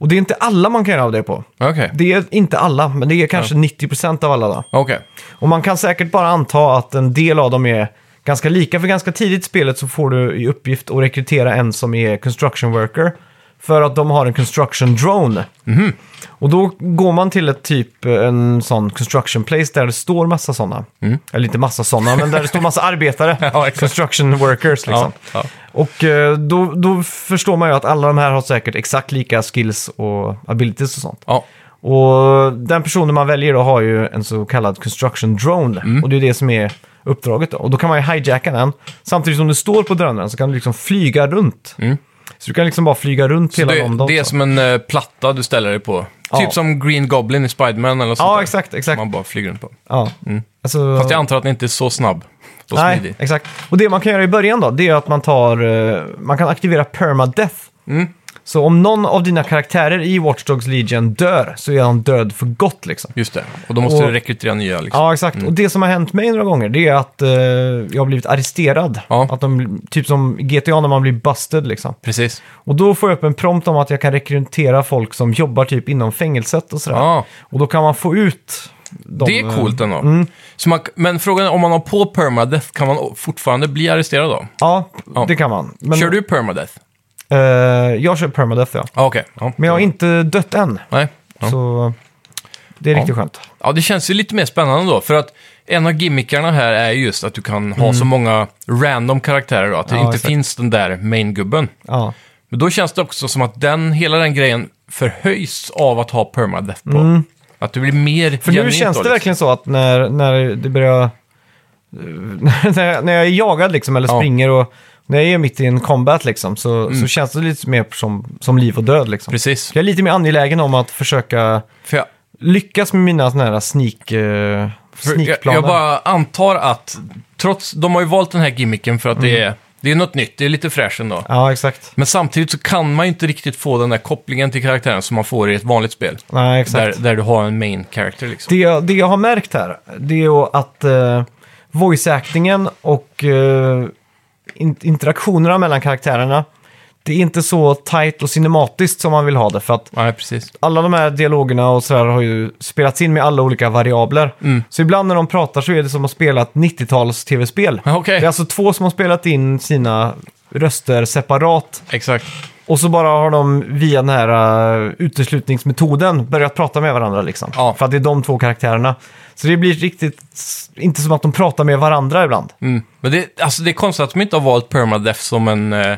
Och det är inte alla man kan göra av det på.
Okej.
Det är inte alla, men det är kanske 90% av alla då.
Okej.
Och man kan säkert bara anta att en del av dem är ganska lika, för ganska tidigt i spelet så får du i uppgift att rekrytera en som är construction worker. För att de har en construction drone.
Mhm.
Och då går man till ett typ en sån construction place där det står massa sådana. Eller inte massa sådana, men där det står massa arbetare.
Mm. Ja, exakt.
construction workers liksom.
Ja, ja.
Och eh, då, då förstår man ju att alla de här har säkert exakt lika skills och abilities och sånt.
Ja.
Och den personen man väljer då har ju en så kallad construction drone.
Mm.
Och det är det som är uppdraget då. Och då kan man ju hijacka den. Samtidigt som du står på drönaren så kan du liksom flyga runt. Så du kan liksom bara flyga runt
Mm. Så
hela
det,
London.
det är
så.
som en eh, platta du ställer dig på.
Ja.
Typ som Green Goblin i Spiderman eller sånt
Ja,
där.
exakt, exakt.
Man bara flyger runt på.
Ja. Alltså,
Fast jag antar att den inte är så snabb och
Nej,
smidig.
exakt. Och det man kan göra i början då, det är att man tar... eh, Man kan aktivera permadeath.
Mm.
Så om någon av dina karaktärer i Watch Dogs Legion dör så är han död för gott liksom.
Just det. Och då måste
Och-
du rekrytera nya liksom.
Ja, exakt. Och det som har hänt mig några gånger, det är att eh, jag har blivit arresterad.
Ja.
Att de, typ som GTA när man blir busted liksom.
Precis.
Och då får jag upp en prompt om att jag kan rekrytera folk som jobbar typ inom fängelset och sådär.
Ja.
Och då kan man få ut dem.
det är coolt
eh,
ändå.
mm.
Så man, men frågan är, om man har på permadeath, kan man fortfarande bli arresterad då?
Ja,
Ja.
det kan man. Men,
Kör du permadeath?
Eh, jag kör permadeath ja.
Ah, Okej. Ja.
Men jag har inte dött än.
Nej. Ja.
Så Det är riktigt skönt.
Ja, det känns ju lite mer spännande då. För att en av gimmickarna här är ju just att du kan ha så många random karaktärer då. Att det
Mm. Ja,
inte
exakt.
finns den där main-gubben.
Ja.
Men då känns det också som att den, hela den grejen förhöjs av att ha permadeath på. Att du blir mer
Mm. För nu känns
liksom.
det verkligen så att när, när det börjar... när, jag- när jag är jagad liksom, eller
Ja. Mm.
springer och... När jag är mitt i en combat liksom, så, så känns det lite mer som, som liv och död liksom.
Precis.
Jag är lite mer angelägen om att försöka
För jag,
lyckas med mina sådana här sneak... Uh,
för jag, jag bara antar att, trots, de har ju valt den här gimmicken för att det,
Mm.
är, det är något nytt, det är lite fräscht ändå.
Ja, exakt.
Men samtidigt så kan man ju inte riktigt få den där kopplingen till karaktären som man får i ett vanligt spel.
Nej, exakt.
Där, där du har en main character liksom.
Det jag, det jag har märkt här, det är ju att eh, voice-actingen och eh, in, interaktionerna mellan karaktärerna, det är inte så tight och cinematiskt som man vill ha det. För att
Nej, precis.
alla de här dialogerna och sådär har ju spelats in med alla olika variabler.
Mm.
Så ibland när de pratar så är det som att spela ett 90-tals tv-spel.
Ja, Okej,
Det är alltså två som har spelat in sina röster separat
exakt.
och så bara har de via den här eh, uteslutningsmetoden börjat prata med varandra liksom.
Ja.
För att det är de två karaktärerna. Så det blir riktigt, s- inte som att de pratar med varandra ibland.
Mm. Men det, alltså det är konstigt att de inte har valt permadeath som en... Eh,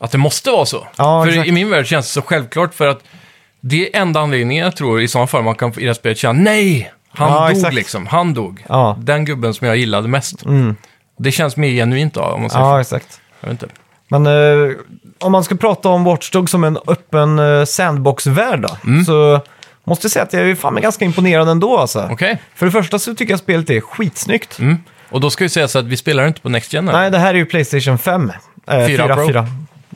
att det måste vara så.
Ja,
för
exakt.
i min värld känns det så självklart för att det är enda anledningen jag tror i sådana fall man kan i det här spelet känna nej! Han
Ja,
dog
exakt.
liksom, han dog.
Ja. Mm.
Den gubben som jag gillade mest. Det känns mer genuint då, om man säger
Ja,
så.
exakt.
Jag vet inte.
Men eh, om man ska prata om Watchdog som en öppen eh, sandbox-värld då, så måste jag säga att jag är fan ganska imponerad ändå alltså.
Okej.
För det första så tycker jag spelet är skitsnyggt.
Mm. Och då ska vi säga så att vi spelar inte på Next Gen här.
Nej, det här är ju Playstation 5. Eh,
Fyra Pro.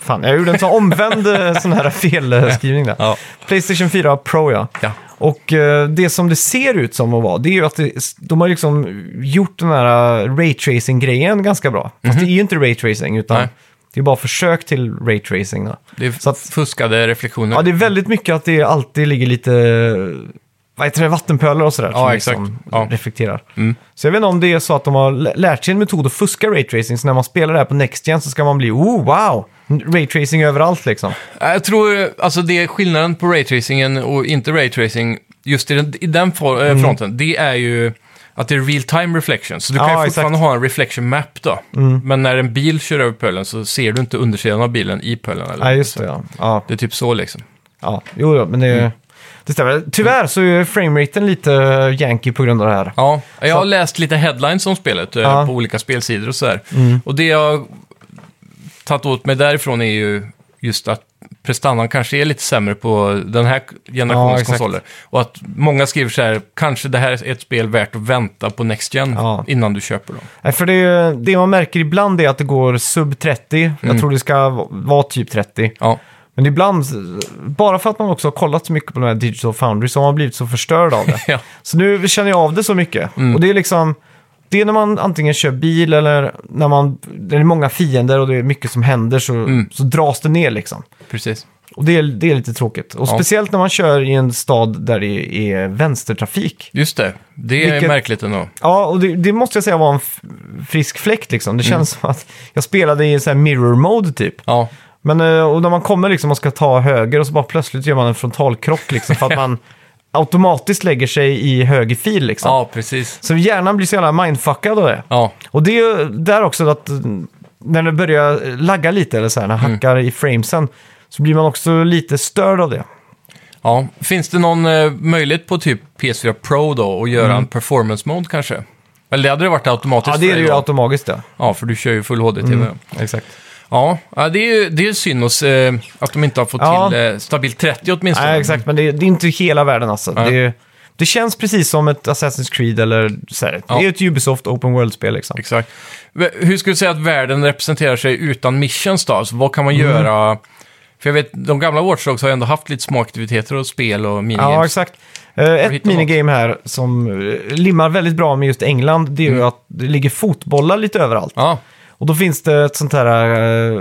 Fan, jag gjorde en sån omvänd eh, sån här felskrivning där.
Ja.
Playstation 4 Pro ja.
Ja.
Och eh, det som det ser ut som att vara, det är ju att det, de har liksom gjort den här eh, raytracing-grejen ganska bra. Fast det är ju inte raytracing, utan
Mhm. Nej.
det är bara försök till raytracing. Då.
Det är
Så att-
fuskade reflektioner.
Ja, det är väldigt mycket att det alltid ligger lite vad heter det, vattenpölar och sådär
Ja,
som
exakt.
liksom
Ja. Mm.
reflekterar. Så jag vet inte om det är så att de har lä- lärt sig en metod att fuska raytracing, så när man spelar det här på Next Gen så ska man bli oh wow, raytracing överallt liksom.
Ja, Jag tror, alltså det är skillnaden på raytracingen och inte raytracing, just i den, i den for, eh,
Mm.
fronten, det är ju att det är real time reflection. Så du kan
Ja,
ju
exakt. Mm.
fortfarande ha en reflection map då. Men när en bil kör över pölen så ser du inte undersidan av bilen i pölen. Eller?
Ja, just det. Ja. Ja,
Det är typ så liksom.
ja. Jo, jo, men det,
Mm.
det stämmer. Tyvärr så är frameraten lite janky på grund av det här.
Ja, jag har
Så-
läst lite headlines om spelet eh,
Ja. Mm.
på olika spelsidor och sådär. Och det jag tagit åt mig därifrån är ju just att prestandan kanske är lite sämre på den här
Ja,
generationens
exakt.
konsoler. Och att många skriver så här, kanske det här är ett spel värt att vänta på Next Gen
Ja.
innan du köper dem.
Nej, för det, det man märker ibland är att det går sub 30.
Mm.
Jag tror det ska va- vara typ 30.
Ja,
Men ibland, bara för att man också har kollat så mycket på de här Digital Foundry så har man blivit så förstörd av det.
Ja. Mm.
Så nu känner jag av det så mycket. Och det är liksom, det är när man antingen kör bil eller när man, det är många fiender och det är mycket som händer så,
Mm.
så dras det ner liksom.
precis.
Och det är, det är lite tråkigt. Och
Ja.
speciellt när man kör i en stad där det är vänstertrafik.
Just det, det är
Vilket-
märkligt ändå.
Ja, och det, det måste jag säga var en f- frisk fläkt liksom.
Mm.
Det känns som att jag spelade i så här mirror mode typ.
Ja,
Men eh, och när man kommer liksom och ska ta höger och så bara plötsligt gör man en frontalkrock liksom för att man automatiskt lägger sig i höger fil liksom.
ja precis.
Så hjärnan blir så jävla mindfuckad av det.
Ja,
Och det är ju där också att mm, när det börjar lagga lite eller så här, när
Mm.
hackar i framesen så blir man också lite störd av det.
ja. Finns det någon eh, möjlighet på typ PS4 Pro då att göra en performance mode kanske? Eller det hade det varit automatiskt
Mm. Ja, det
för
är
dig
ju
då?
automatiskt det.
Ja, för du kör ju full HD-TV.
Exakt.
Ja, ja, det är ju det är synd hos, eh, att de inte har fått
Ja.
till eh, stabilt 30 åtminstone.
Nej, exakt, men det, är- det är inte hela världen alltså.
Nej.
Det, är- det känns precis som ett Assassin's Creed eller så här.
Ja.
Det är ju ett Ubisoft Open World-spel liksom.
Exakt. V- Hur skulle du säga att världen representerar sig utan missions då? Alltså, vad kan
Mm.
man göra? För jag vet, de gamla Watch Dogs har ju ändå haft lite små aktiviteter och spel och minigames.
Ja, exakt. Eh, ett
hittar något.
minigame här som eh, limmar väldigt bra med just England, det är
Mm.
ju att det ligger fotbollar lite överallt.
Ja,
Och då finns det ett sånt här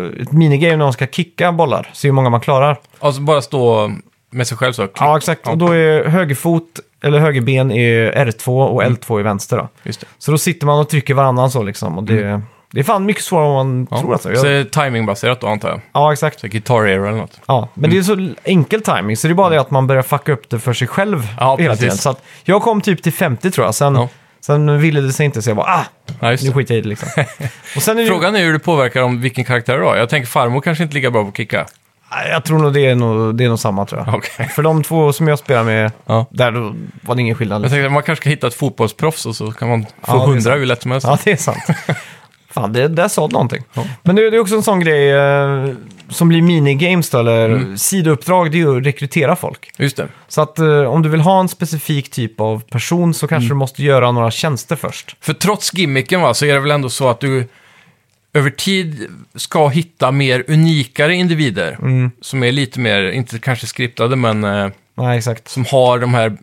eh, ett minigame när man ska kicka bollar, se hur många man klarar.
alltså bara stå med sig själv så. Klick.
Ja, exakt. Och då är högerfot, eller
Mm.
högerben, är R2 och L2 är vänster. Då.
Just det.
Så då sitter man och trycker varannan så liksom. Och det, Det är fan mycket svårare än vad man tror alltså.
Mm. Så
Jag,
är det timingbaserat då antar jag.
ja, exakt.
Så Guitar Hero eller något.
Ja, men det är
Mm.
så enkel timing så det är bara det att man börjar fucka upp det för sig själv
Ja,
hela
precis.
tiden. Så att jag kom typ till 50 tror jag, sen,
Ja.
sen ville det sig inte så jag bara ah,
Ja, just
nu
det.
skiter jag i det liksom. Och sen är det,
Frågan är hur det påverkar om vilken karaktär du har. Jag tänker farmor kanske inte lika bra på att kicka.
Nej, Ah, Jag tror nog det är nog, det är nog samma tror jag.
Okej.
För de två som jag spelar med,
Ja.
där då var det ingen skillnad.
Jag
Liksom.
tänkte att man kanske kan hitta ett fotbollsproffs och så kan man få
Ja, det är
hundra
sant.
hur lätt som helst.
Ja, det är sant. Fan, det där sa du någonting.
Ja.
Men det, det är också en sån grej eh, som blir minigames då, eller
Mm.
sidouppdrag, det är ju att rekrytera folk.
Just det.
Så att eh, om du vill ha en specifik typ av person så
Mm.
kanske du måste göra några tjänster först.
För trots gimmicken va, så är det väl ändå så att du över tid ska hitta mer unikare individer.
Mm.
Som är lite mer, inte kanske skriptade, men eh,
Nej, exakt.
som har de här...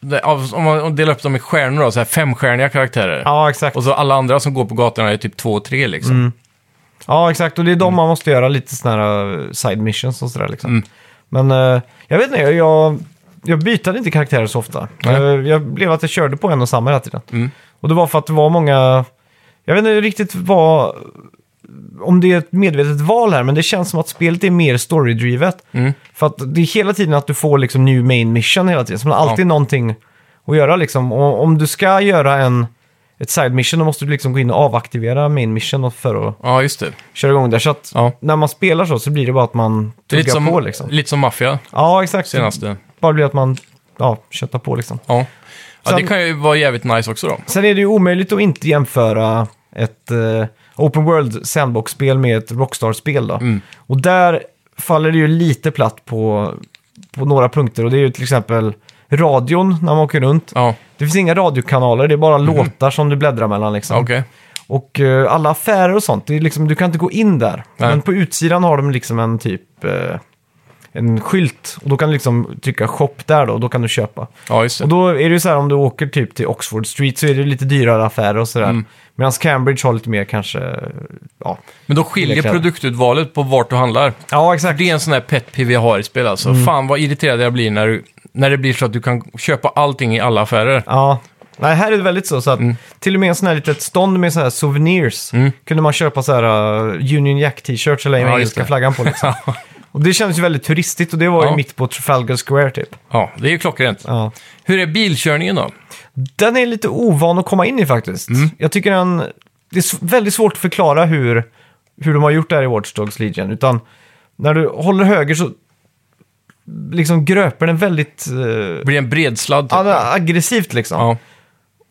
det- av- Om man delar upp dem i stjärnor då, så här femstjärniga karaktärer.
Ja, Mm. exakt.
Och så alla andra som går på gatorna är typ två och tre liksom.
Ja, exakt. Och det är
Mm.
de man måste göra lite sådana här eh, side missions och sådär liksom. Men eh, jag vet inte, jag, jag, jag bytade inte karaktärer så ofta.
Nej. Mm.
Jag, jag blev att jag körde på en och samma hela tiden. Och det var för att det var många... Jag vet inte riktigt vad... Om det är ett medvetet val här, men det känns som att spelet är mer storydrivet.
Mm.
För att det är hela tiden att du får liksom new main mission hela tiden. Så man har alltid någonting att göra liksom. Och om du ska göra en, ett side mission, då måste du liksom gå in och avaktivera main mission för att
Ja, just det.
köra igång där. Så att
Ja.
när man spelar så, så blir det bara att man
det är lite
tuggar
som,
på liksom. Mm.
lite som Mafia,
Ja, exakt.
senaste.
Bara blir att man ja, köttar på liksom.
Ja. ja,
Sen-
det kan ju vara jävligt nice också då.
Sen är det ju omöjligt att inte jämföra ett eh, Open World Sandbox-spel med ett Rockstar-spel då.
Mm.
Och där faller det ju lite platt på, på några punkter. Och det är ju till exempel radion när man åker runt.
Ja, Mhm.
Det finns inga radiokanaler, det är bara låtar som du bläddrar mellan liksom.
okej.
Och eh, alla affärer och sånt, det är liksom, du kan inte gå in där.
Nej.
Men på utsidan har de liksom en typ eh, en skylt. Och då kan du liksom trycka shop där då, och då kan du köpa.
Ja, just
Och
det.
då är det ju så här om du åker typ till Oxford Street så är det lite dyrare affärer och
Mm.
sådär. Medan Cambridge har lite mer kanske, ja.
Men då skiljer
Lekläder.
produktutvalet på vart du handlar.
Ja, exakt.
Det är en sån här pet piv jag har i spel alltså.
Mm.
Fan vad irriterad jag blir när, du, när det blir så att du kan köpa allting i alla affärer.
Ja. Nej, här är det väldigt så. så att
Mm.
Till och med en sån här litet stånd med så här souvenirs kunde man köpa så här uh, Union Jack t-shirts eller med
Ja, just
engelska
det.
flaggan på. Liksom. och det kändes ju väldigt turistigt och det var ju
Ja.
mitt på Trafalgar Square typ.
Ja, det är ju klockrent.
Ja.
Hur är bilkörningen då?
Den är lite ovan att komma in i faktiskt.
Mm.
Jag tycker den... Det är s- väldigt svårt att förklara hur, hur de har gjort det här i Watch Dogs Legion. Utan när du håller höger så liksom gröper den väldigt eh,
Blir det en bredsladd? Typ?
ja, den är aggressivt liksom.
Ja,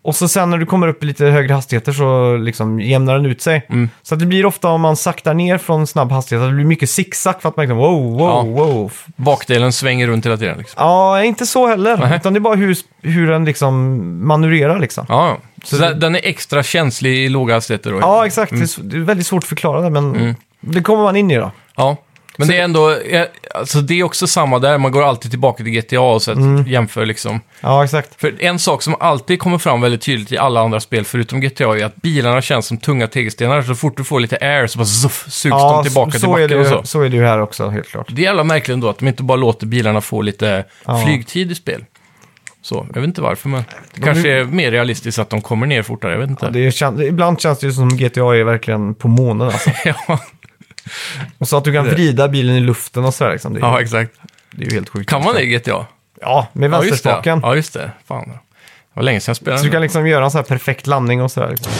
Och så sen när du kommer upp i lite högre hastigheter så liksom jämnar den ut sig.
Mm.
Så att det blir ofta om man saktar ner från snabb hastighet, att det blir mycket zigzag för att man liksom wow, wow,
Ja.
wow.
bakdelen svänger runt hela tiden liksom.
Ja, inte så heller.
Nej.
Utan det är bara hur, hur den liksom manövrerar liksom.
Ja, ja. så den, den är extra känslig i låga hastigheter då?
Ja, exakt. Det är s- Det är väldigt svårt att förklara det, men
Mm.
det kommer man in i då.
Ja. Men det är ändå, eh, alltså det är också samma där, man går alltid tillbaka till GTA och så att
Mm.
jämför liksom.
Ja, exakt.
För en sak som alltid kommer fram väldigt tydligt i alla andra spel förutom GTA är att bilarna känns som tunga tegelstenar. Så fort du får lite air så bara zuff, sugs
Ja,
de tillbaka
så,
till
så, är det
backen
ju,
och så.
så är det ju här också, helt klart.
Det är jävla märkligt ändå att de inte bara låter bilarna få lite
Ja.
flygtid i spel. Så, jag vet inte varför, men det kanske är mer realistiskt att de kommer ner fortare, jag vet inte.
Ja, det är, kän- ibland känns det ju som GTA är verkligen på månen alltså.
Ja,
Och så att du kan
Det-
vrida bilen i luften och sådär liksom. Det är,
ja, exakt.
det är ju helt sjukt.
Kan man det i GTA?
Ja, med
Ja, just det.
vänsterspaken.
Ja, just det. Fan. Det var länge sedan jag spelade.
Så du
den.
kan liksom göra en så här perfekt landning och sådär. Liksom.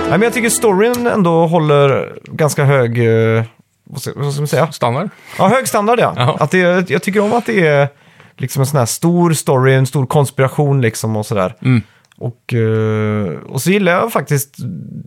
Nej, men jag tycker storyn ändå håller ganska hög... eh, Vad ska, vad ska man säga?
Standard?
Ja, hög standard ja.
Ja.
Att det, är- jag tycker om att det är liksom en sån här stor story, en stor konspiration liksom och sådär.
Mm.
Och, eh, och så gillar jag faktiskt,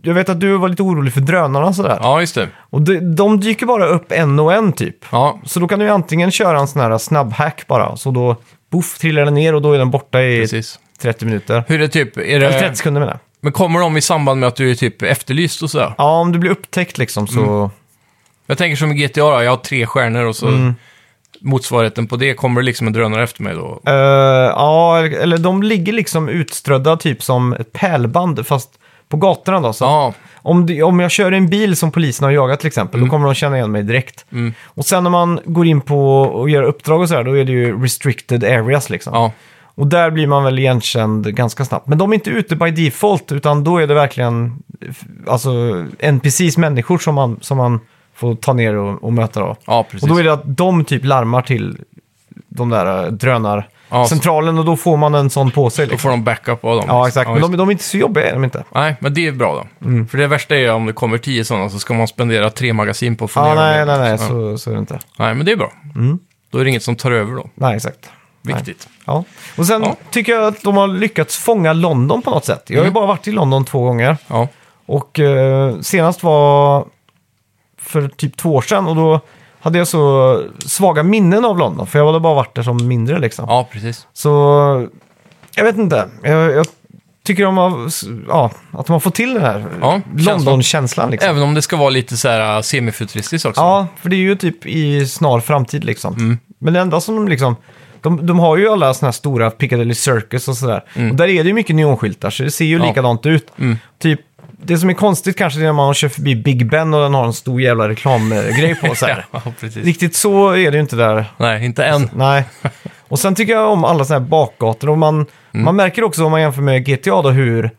jag vet att du var lite orolig för drönarna och sådär.
Ja, just det.
Och de, de dyker bara upp en och en typ.
Ja,
Så då kan du ju antingen köra en sån här snabbhack bara, så då boff trillar den ner och då är den borta i
precis.
30 minuter.
Hur är det typ? Är
Eller 30
det,
sekunder menar jag.
men kommer de i samband med att du är typ efterlyst och sådär?
Ja, om du blir upptäckt liksom så...
Jag tänker som i GTA, då, jag har tre stjärnor och så
Mm.
motsvarigheten på det kommer det liksom en drönare efter mig då.
Eh, ja, eller de ligger liksom utströdda typ som ett pärlband fast på gatorna då. Så
Ja,
om, det- om jag kör i en bil som polisen har jagat till exempel,
Mm.
då kommer de känna igen mig direkt. Och sen när man går in på och gör uppdrag och sådär, då är det ju restricted areas liksom.
ja.
Och där blir man väl igenkänd ganska snabbt. Men de är inte ute by default, utan då är det verkligen f- alltså, NPCs människor som man, som man får ta ner och, och möta. Då.
ja precis.
Och då är det att de typ larmar till de där eh,
Ja, så-
drönarcentralen och då får man en sån på sig.
Då
Liksom.
får de backup av dem.
Ja, exakt. Men
just-
de, Mm. de är inte så jobbiga, är de inte.
Nej, men det är bra då. För det värsta är om det kommer tio sådana så ska man spendera tre magasin på att få
Ja,
ner dem
nej,
igen.
nej, nej,
Ja.
så, så är det inte.
nej, men det är bra. Då är det inget som tar över då.
Nej, exakt. Nej.
Viktigt.
Ja. Och sen
Ja.
tycker jag att de har lyckats fånga London på något sätt. Jag har ju
Mm.
bara varit i London två gånger.
Ja,
Och eh, senast var för typ två år sedan och då hade jag så svaga minnen av London. För jag hade bara varit där som mindre liksom.
ja precis.
Så jag vet inte. Jag, jag tycker de har, ja, att de har fått till den här
Ja,
London-känslan liksom.
Även om det ska vara lite så här äh, semifuturistiskt också.
Ja, för det är ju typ i snar framtid liksom.
Mm.
Men det enda som de liksom... De, de har ju alla såna här stora Piccadilly Circus och sådär. Och där är det ju mycket neonskyltar, så det ser ju
Mm. Ja. Mm.
likadant ut. Typ, det som är konstigt kanske det är när man kör förbi Big Ben och den har en stor jävla reklamgrej på sig.
ja Mm. precis.
Riktigt så är det ju inte där.
Nej, inte än.
Nej. Och sen tycker jag om alla såna här bakgator. Och man,
Mm.
man märker också om man jämför med GTA då hur,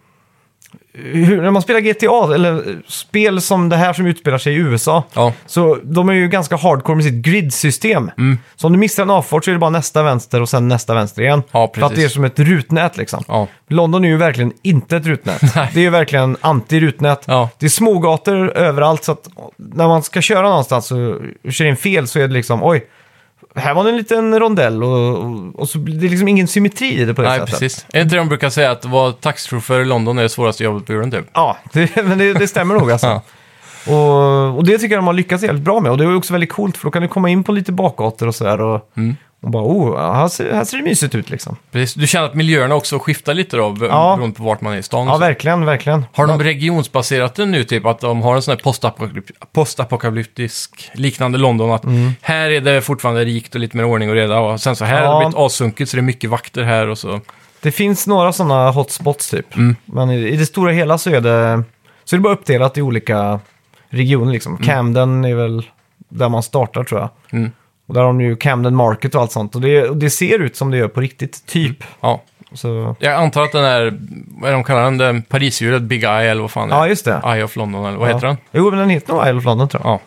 hur... När man spelar GTA, eller eh, spel som det här som utspelar sig i USA,
Ja,
så de är ju ganska hardcore med sitt gridsystem.
Mm.
Så om du missar en avfart så är det bara nästa vänster och sen nästa vänster igen.
Ja,
För att det är
precis.
som ett rutnät liksom.
ja.
London är ju verkligen inte ett rutnät. det är ju verkligen anti-rutnät.
Ja.
Det är smågator överallt så att när man ska köra någonstans och kör in fel så är det liksom oj, här var det en liten rondell och, och, och så blir det liksom ingen symmetri i det på det
Nej,
sättet.
precis. Är inte det de brukar säga att vara taxichaufför i London är det svåraste jobbet på jorden typ?
Ja, det, men det, det stämmer nog alltså.
Ja.
Och, och det tycker jag de har lyckats jävligt bra med. Och det är också väldigt coolt för då kan du komma in på lite bakgator och sådär. Och,
Mm.
och bara, oh, ja, här ser, här ser det mysigt ut liksom.
Precis. Du känner att miljöerna också skiftar lite då, be-
Ja.
beroende på vart man är i stan? och
Ja,
så.
verkligen, verkligen.
Har de regionsbaserat det nu, typ att de har en sån här postapokalyp- postapokalyptisk liknande London? Att
Mm.
här är det fortfarande rikt och lite mer ordning och reda. Och sen så här
Ja.
har det blivit avsunkigt så det är mycket vakter här och så.
Det finns några sådana hotspots typ.
Mm.
Men i, i det stora hela så är, det, så är det bara uppdelat i olika regioner liksom. Camden är väl där man startar tror jag.
Mm.
Och där har de ju Camden Market och allt sånt. Och det, och det ser ut som det gör på riktigt, typ.
Ja.
Så,
Jag antar att den här, vad är de kallar den, den Parisljudet, Big Eye eller vad fan
ja,
är
just det.
Eye of London eller vad heter den?
Jo, men den heter nog Isle of London tror jag.
Ja.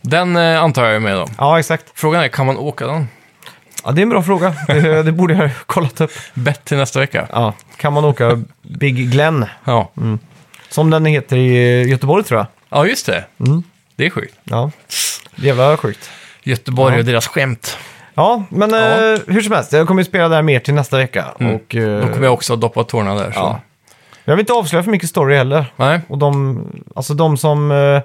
Den eh, antar jag är med då.
Ja, exakt.
Frågan är, kan man åka den?
Ja, det är en bra fråga. Det, det borde jag ha kollat upp.
Bett till nästa vecka?
Ja, kan man åka Big Glen,
Ja,
Mm. som den heter i Göteborg tror jag.
ja just det.
Mm.
Det är sjukt.
Ja, jävla sjukt.
Göteborg och deras skämt.
Ja, men
Ja.
Eh, hur som helst, jag kommer ju spela där mer till nästa vecka. Och, eh,
Då kommer jag också doppa tårna där. Så.
ja. Jag vill inte avslöja för mycket story heller.
Nej.
Och de, alltså de som, eh,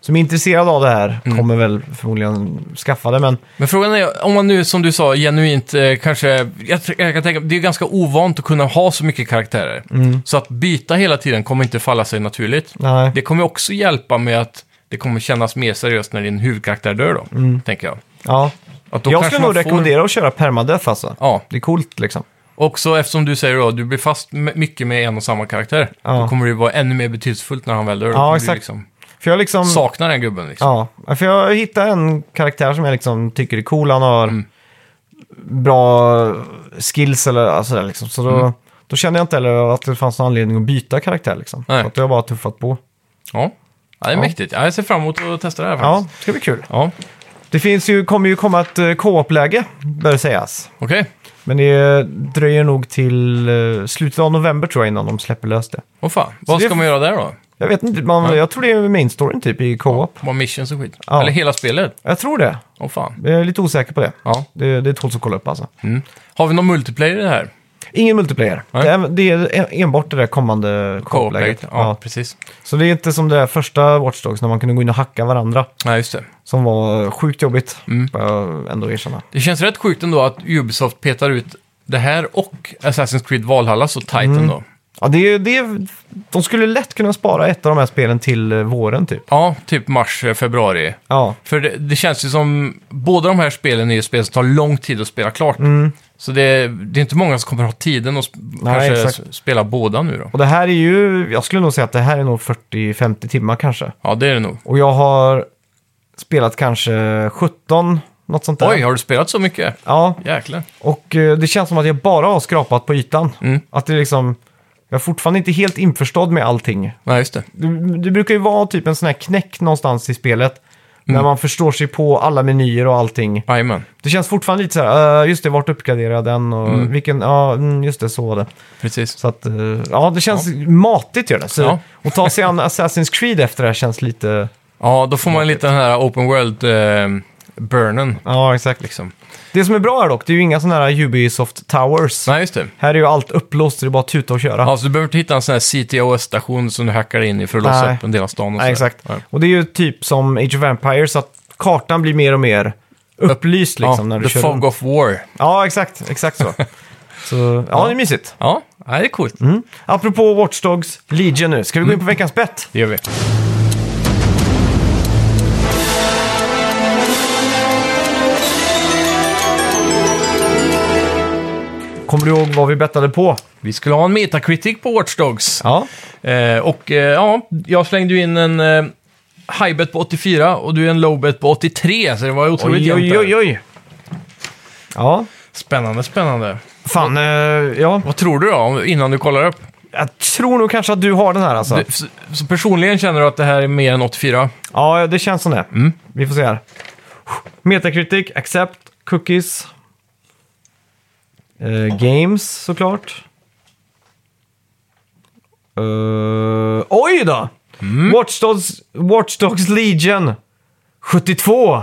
som är intresserade av det här kommer väl förmodligen skaffa det, men
Men frågan är, om man nu som du sa, genuint eh, kanske... Jag, tr- jag kan tänka, det är ganska ovant att kunna ha så mycket karaktärer. Så att byta hela tiden kommer inte falla sig naturligt.
Mm. nej.
Det kommer också hjälpa med att det kommer kännas mer seriöst när din huvudkaraktär dör då, tänker jag.
Ja.
Att då
Mm. Jag
kanske
skulle nog
man får-
rekommendera att köra permadeath alltså.
Ja,
Det är coolt liksom.
också eftersom du säger då, du blir fast m- mycket med en och samma karaktär.
Ja.
Då kommer det ju vara ännu mer betydelsefullt när han väl dör. Då
Ja,
kommer du
exakt.
Liksom,
För jag liksom...
saknar den gubben liksom.
Ja, för jag hittade en karaktär som jag liksom tycker är cool. Han har bra skills eller ja, sådär liksom. Så då, då kände jag inte heller att det fanns någon anledning att byta karaktär liksom.
Nej.
Så att jag har bara tuffat på.
Ja. Ja, det är
Ja.
mäktigt. Ja, jag ser fram emot att testa det här
Ja,
faktiskt.
det ska bli kul.
Ja,
Det finns ju, kommer ju komma ett eh, co-op-läge, bör sägas.
okej.
Men det eh, dröjer nog till eh, slutet av november tror jag innan de släpper lös det.
Åh fan. Vad
det-
ska man göra där då?
Jag vet inte, man, jag tror det är main storyn typ i co-op.
Bara missions och skit?
Ja.
Eller hela spelet?
Jag tror det.
Åh fan.
Jag är lite osäker på det.
Ja.
Det, det tåls att kolla upp alltså.
Mm. Har vi någon multiplayer i det här?
Ingen multiplayer.
Nej.
Det är, det är enbart det där kommande
Co-op-läget?
co-op-läget.
Ja,
Ja.
precis.
Så det är inte som det där första Watch Dogs när man kunde gå in och hacka varandra.
Nej, just det.
Som var sjukt jobbigt,
Mm.
får jag ändå erkänna.
Det känns rätt sjukt ändå att Ubisoft petar ut det här och Assassin's Creed Valhalla så tight ändå.
Ja, det, är- det, är- de skulle lätt kunna spara ett av de här spelen till eh, våren typ.
Ja, typ mars, eh, februari.
Ja,
För det, det känns ju som, båda de här spelen är ju spel som tar lång tid att spela klart.
Mm.
Så det, det är inte många som kommer ha tiden att sp- kanske
exakt.
s- spela båda nu då.
och det här är ju, jag skulle nog säga att det här är nog 40-50 timmar kanske.
Ja, det är det nog.
Och jag har spelat kanske 17, något sånt där.
Oj, har du spelat så mycket?
Ja,
Jäklar.
och eh, det känns som att jag bara har skrapat på ytan.
Mm.
Att det är liksom, jag är fortfarande inte helt införstådd med allting.
Nej, just det.
Det, det brukar ju vara typ en sån här knäck någonstans i spelet.
Mm.
När man förstår sig på alla menyer och allting.
Jajamän,
Det känns fortfarande lite så här, eh, just det, vart uppgraderar jag den och vilken, ja, mm, just det, så var det.
precis.
Så att, eh, ja, det känns matigt gör det. Så,
Ja.
Och ta sig an Assassin's Creed efter det här känns lite,
Ja, då får man lite den här open world-burnen.
ja exakt.
liksom.
Det som är bra här dock, det är ju inga sådana här Ubisoft Towers.
Nej, just det.
Här är ju allt upplåst, så det är bara att tuta och köra.
Ja, så du behöver inte hitta en sån här CTOS-station som du hackar in i för att låsa
Nej.
upp en del av stan och
Nej,
sådär.
exakt.
Ja.
Och det är ju typ som Age of Empires, så att kartan blir mer och mer upplyst liksom
ja,
när du
the
kör
fog
runt.
of war.
Ja, exakt. Exakt så. så ja, det är mysigt.
Ja, nej, det är coolt.
Mm. Apropå Watch Dogs Legion nu, ska vi gå in
Mm.
på veckans bett?
Det gör vi.
Kommer du ihåg vad vi bettade på?
Vi skulle ha en metacritic på Watch Dogs.
Ja.
Eh, och eh, ja, jag slängde ju in en eh, high bet på 84 och du en low bet på 83, så det var otroligt
Oj,
jämnt
oj,
där.
oj, oj. Ja,
Spännande, spännande.
fan. Eh, ja.
Vad tror du då, om- innan du kollar upp?
Jag tror nog kanske att du har den här alltså.
Du, så, så personligen känner du att det här är mer än 84?
Ja, det känns som det.
Mm.
Vi får se här. Metacritic, accept, cookies. Eh, games såklart. Eh, oj då!
Mm.
Watch, Dogs, Watch Dogs Legion 72.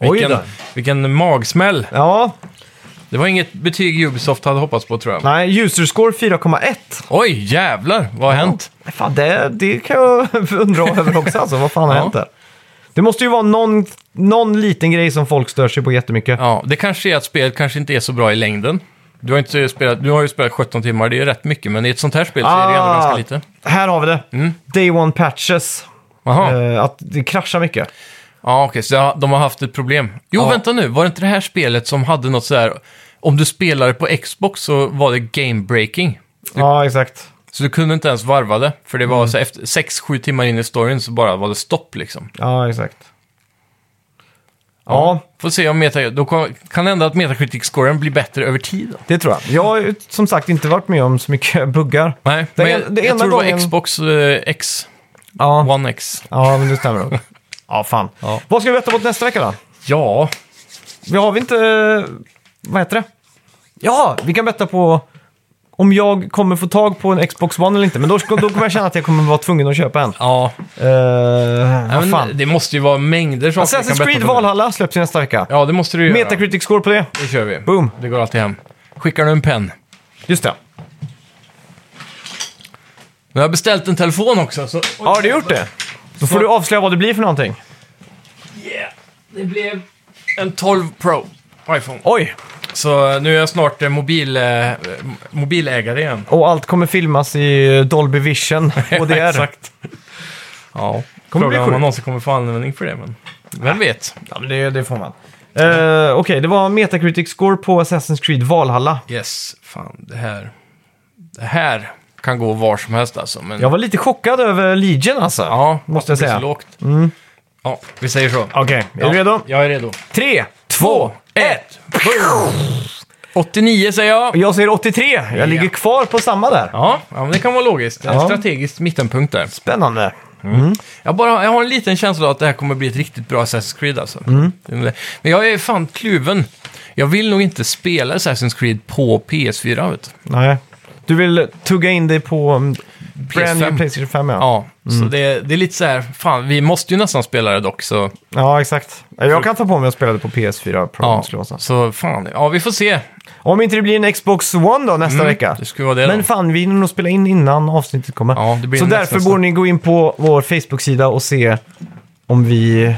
Oj
Vilken,
då.
vilken magsmäll.
Ja,
Det var inget betyg Ubisoft hade hoppats på tror jag.
nej, user score 4,1.
Oj, jävlar, vad har hänt?
Fan, det, det kan jag undra över också alltså. Vad fan har
Ja.
hänt där? Det måste ju vara någon, någon liten grej som folk stör sig på jättemycket.
Ja, det kanske är att spelet kanske inte är så bra i längden. Du har, inte spelat, du har ju spelat 17 timmar, det är rätt mycket, men i ett sånt här spel så är det ändå ganska lite.
Ah,
Mm.
Här har vi det. Day one patches.
Aha.
Eh, att det kraschar mycket.
Ja, okej, så Ah. det har- de har haft ett problem. Jo,
Ja.
vänta nu, var det inte det här spelet som hade något sådär, om du spelade på Xbox så var det game breaking.
Ja, exakt.
Så du kunde inte ens varva det, för det var
Mm.
så efter 6-7 timmar in i storyn så bara var det stopp liksom.
Ja, exakt. Ja,
Får se om meta, då kan kan det hända att metacritic-scoren blir bättre över tid. Då.
det tror jag. Jag har ju som sagt inte varit med om så mycket buggar.
Nej,
Det
men
en-
jag,
det
jag
ena
tror det var
gången-
Xbox eh, X,
Ja,
One X.
ja men det stämmer nog. Ja, fan.
Ja.
Vad ska vi veta mot nästa vecka då?
Ja,
Vi har vi inte... eh, Vad heter det? Ja, vi kan betta på om jag kommer få tag på en Xbox One eller inte. Men då, ska, då kommer jag känna att jag kommer vara tvungen att köpa en.
ja.
Uh,
Nej,
vad
men
fan.
Det måste ju vara mängder saker vi kan
Assassin's
berätta
Creed
på det.
Valhalla släpps ju nästa vecka.
Ja, det måste du ju göra.
Metacritic score på det.
Det kör vi.
Boom.
Det går alltid hem. Skickar du en penn?
Just det.
Nu har jag beställt en telefon också. Så...
Ja, har du gjort det? Då får du avslöja vad det blir för någonting.
Yeah. Det blev en 12 Pro iPhone.
Oj!
Så nu är jag snart eh, mobil, eh, mobilägare igen.
Och allt kommer filmas i eh, Dolby Vision. Och det är...
Exakt. Ja,
Kommer
frågan
bli
är om
sjukt.
man någonsin kommer få användning för det, men vem vet?
Ja, men det, det får man. Eh, Okej, det var Metacritic score på Assassin's Creed Valhalla.
Yes, fan det här. Det här kan gå var som helst alltså. Men
Jag var lite chockad över Legion alltså.
ja
måste jag
det blir
säga.
Så lågt. Mm. Ja, vi säger så.
Okej, är du redo?
Jag är redo.
Tre, två, ett!
89 säger jag.
Jag säger 83. Jag ligger kvar på samma där.
Ja, ja men det kan vara logiskt. En
Ja.
strategisk mittenpunkt där.
Spännande.
Jag, bara, jag har en liten känsla av att det här kommer bli ett riktigt bra Assassin's Creed alltså.
Mm.
Men jag är fan kluven. Jag vill nog inte spela Assassin's Creed på PS4, vet du.
Nej. Du vill tugga in dig på um, brand new
PS5.
Playstation 5, ja. Mm.
Ja, så det, det är lite så här, fan, vi måste ju nästan spela det dock, så...
Ja, exakt. Eh, Jag kan ta på mig att spela det på PS4 Pro. om
Ja,
det skulle vara så.
så fan, ja vi får se.
Om inte det blir en Xbox One då nästa vecka.
Mm, Det skulle vara det
Men
då.
fan, vi hinner nog spela in innan avsnittet kommer.
Ja, det blir
så
nästa
därför
nästa.
borde ni gå in på vår Facebook-sida och se om vi...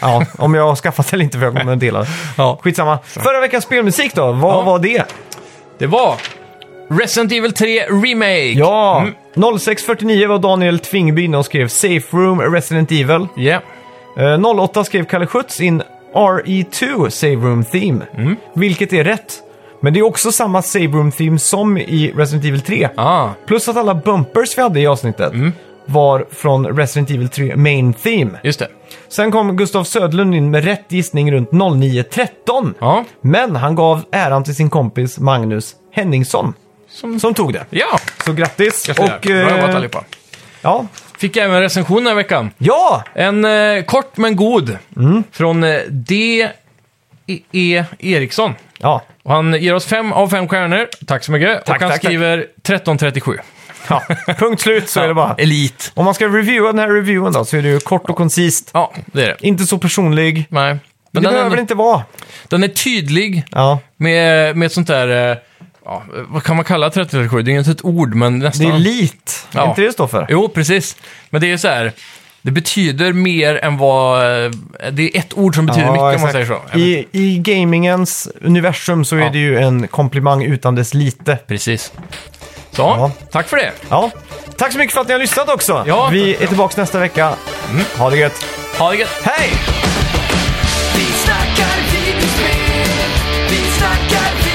Ja, om jag har skaffat eller inte för jag kommer att dela det.
Ja.
Skitsamma. Förra veckans spelmusik då, vad
Ja.
var det?
Det var Resident Evil 3 Remake!
Ja! Mm. 06.49 var Daniel Tvingby inne och skrev Safe Room Resident Evil.
Ja.
Eh, 08 skrev Kalle Schütz in RE2 Save Room Theme.
Mm.
Vilket är rätt. Men det är också samma Save Room Theme som i Resident Evil 3.
Ah,
Plus att alla bumpers vi hade i avsnittet
Mm.
var från Resident Evil 3 Main Theme.
just det.
Sen kom Gustav Södlund in med rätt gissning runt 09.13.
Ja.
Men han gav äran till sin kompis Magnus Henningsson. Som, tog det.
Ja,
Så grattis!
gratulerar. Bra
eh,
jobbat allihopa.
ja.
Fick jag även recension den här veckan.
ja,
En eh, kort men god
Mm.
från eh, D. E. E. Eriksson.
ja,
Och han ger oss fem av fem stjärnor. Tack så mycket.
Tack,
och
tack,
han
tack.
skriver 1337.
ja. Punkt slut så är det bara.
Elit.
Om man ska reviewa den här reviewen då så är det ju kort och koncist.
Ja, det är det.
Inte så personlig.
Nej. Men
Men det
den, är,
behöver det
ändå-
inte vara.
den är tydlig
Ja.
med, med ett sånt där... eh, Ja, vad kan man kalla 1337? Det är ju inte ett ord, men
Det
nästan.
är lit.
Ja.
Är inte det det står för?
Jo, precis. Men det är ju så här, det betyder mer än vad... eh, Det är ett ord som betyder mycket om man
exakt.
säger så. Jag vet.
I, I gamingens universum så
Ja.
är det ju en komplimang utan dess lite.
Precis. Så,
Ja.
tack för det.
Ja. Tack så mycket för att ni har lyssnat också.
Ja. Mm.
Vi är tillbaka nästa vecka. Ha det gött.
Ha det gött.
Hej!
Vi snackar videospel, vi snackar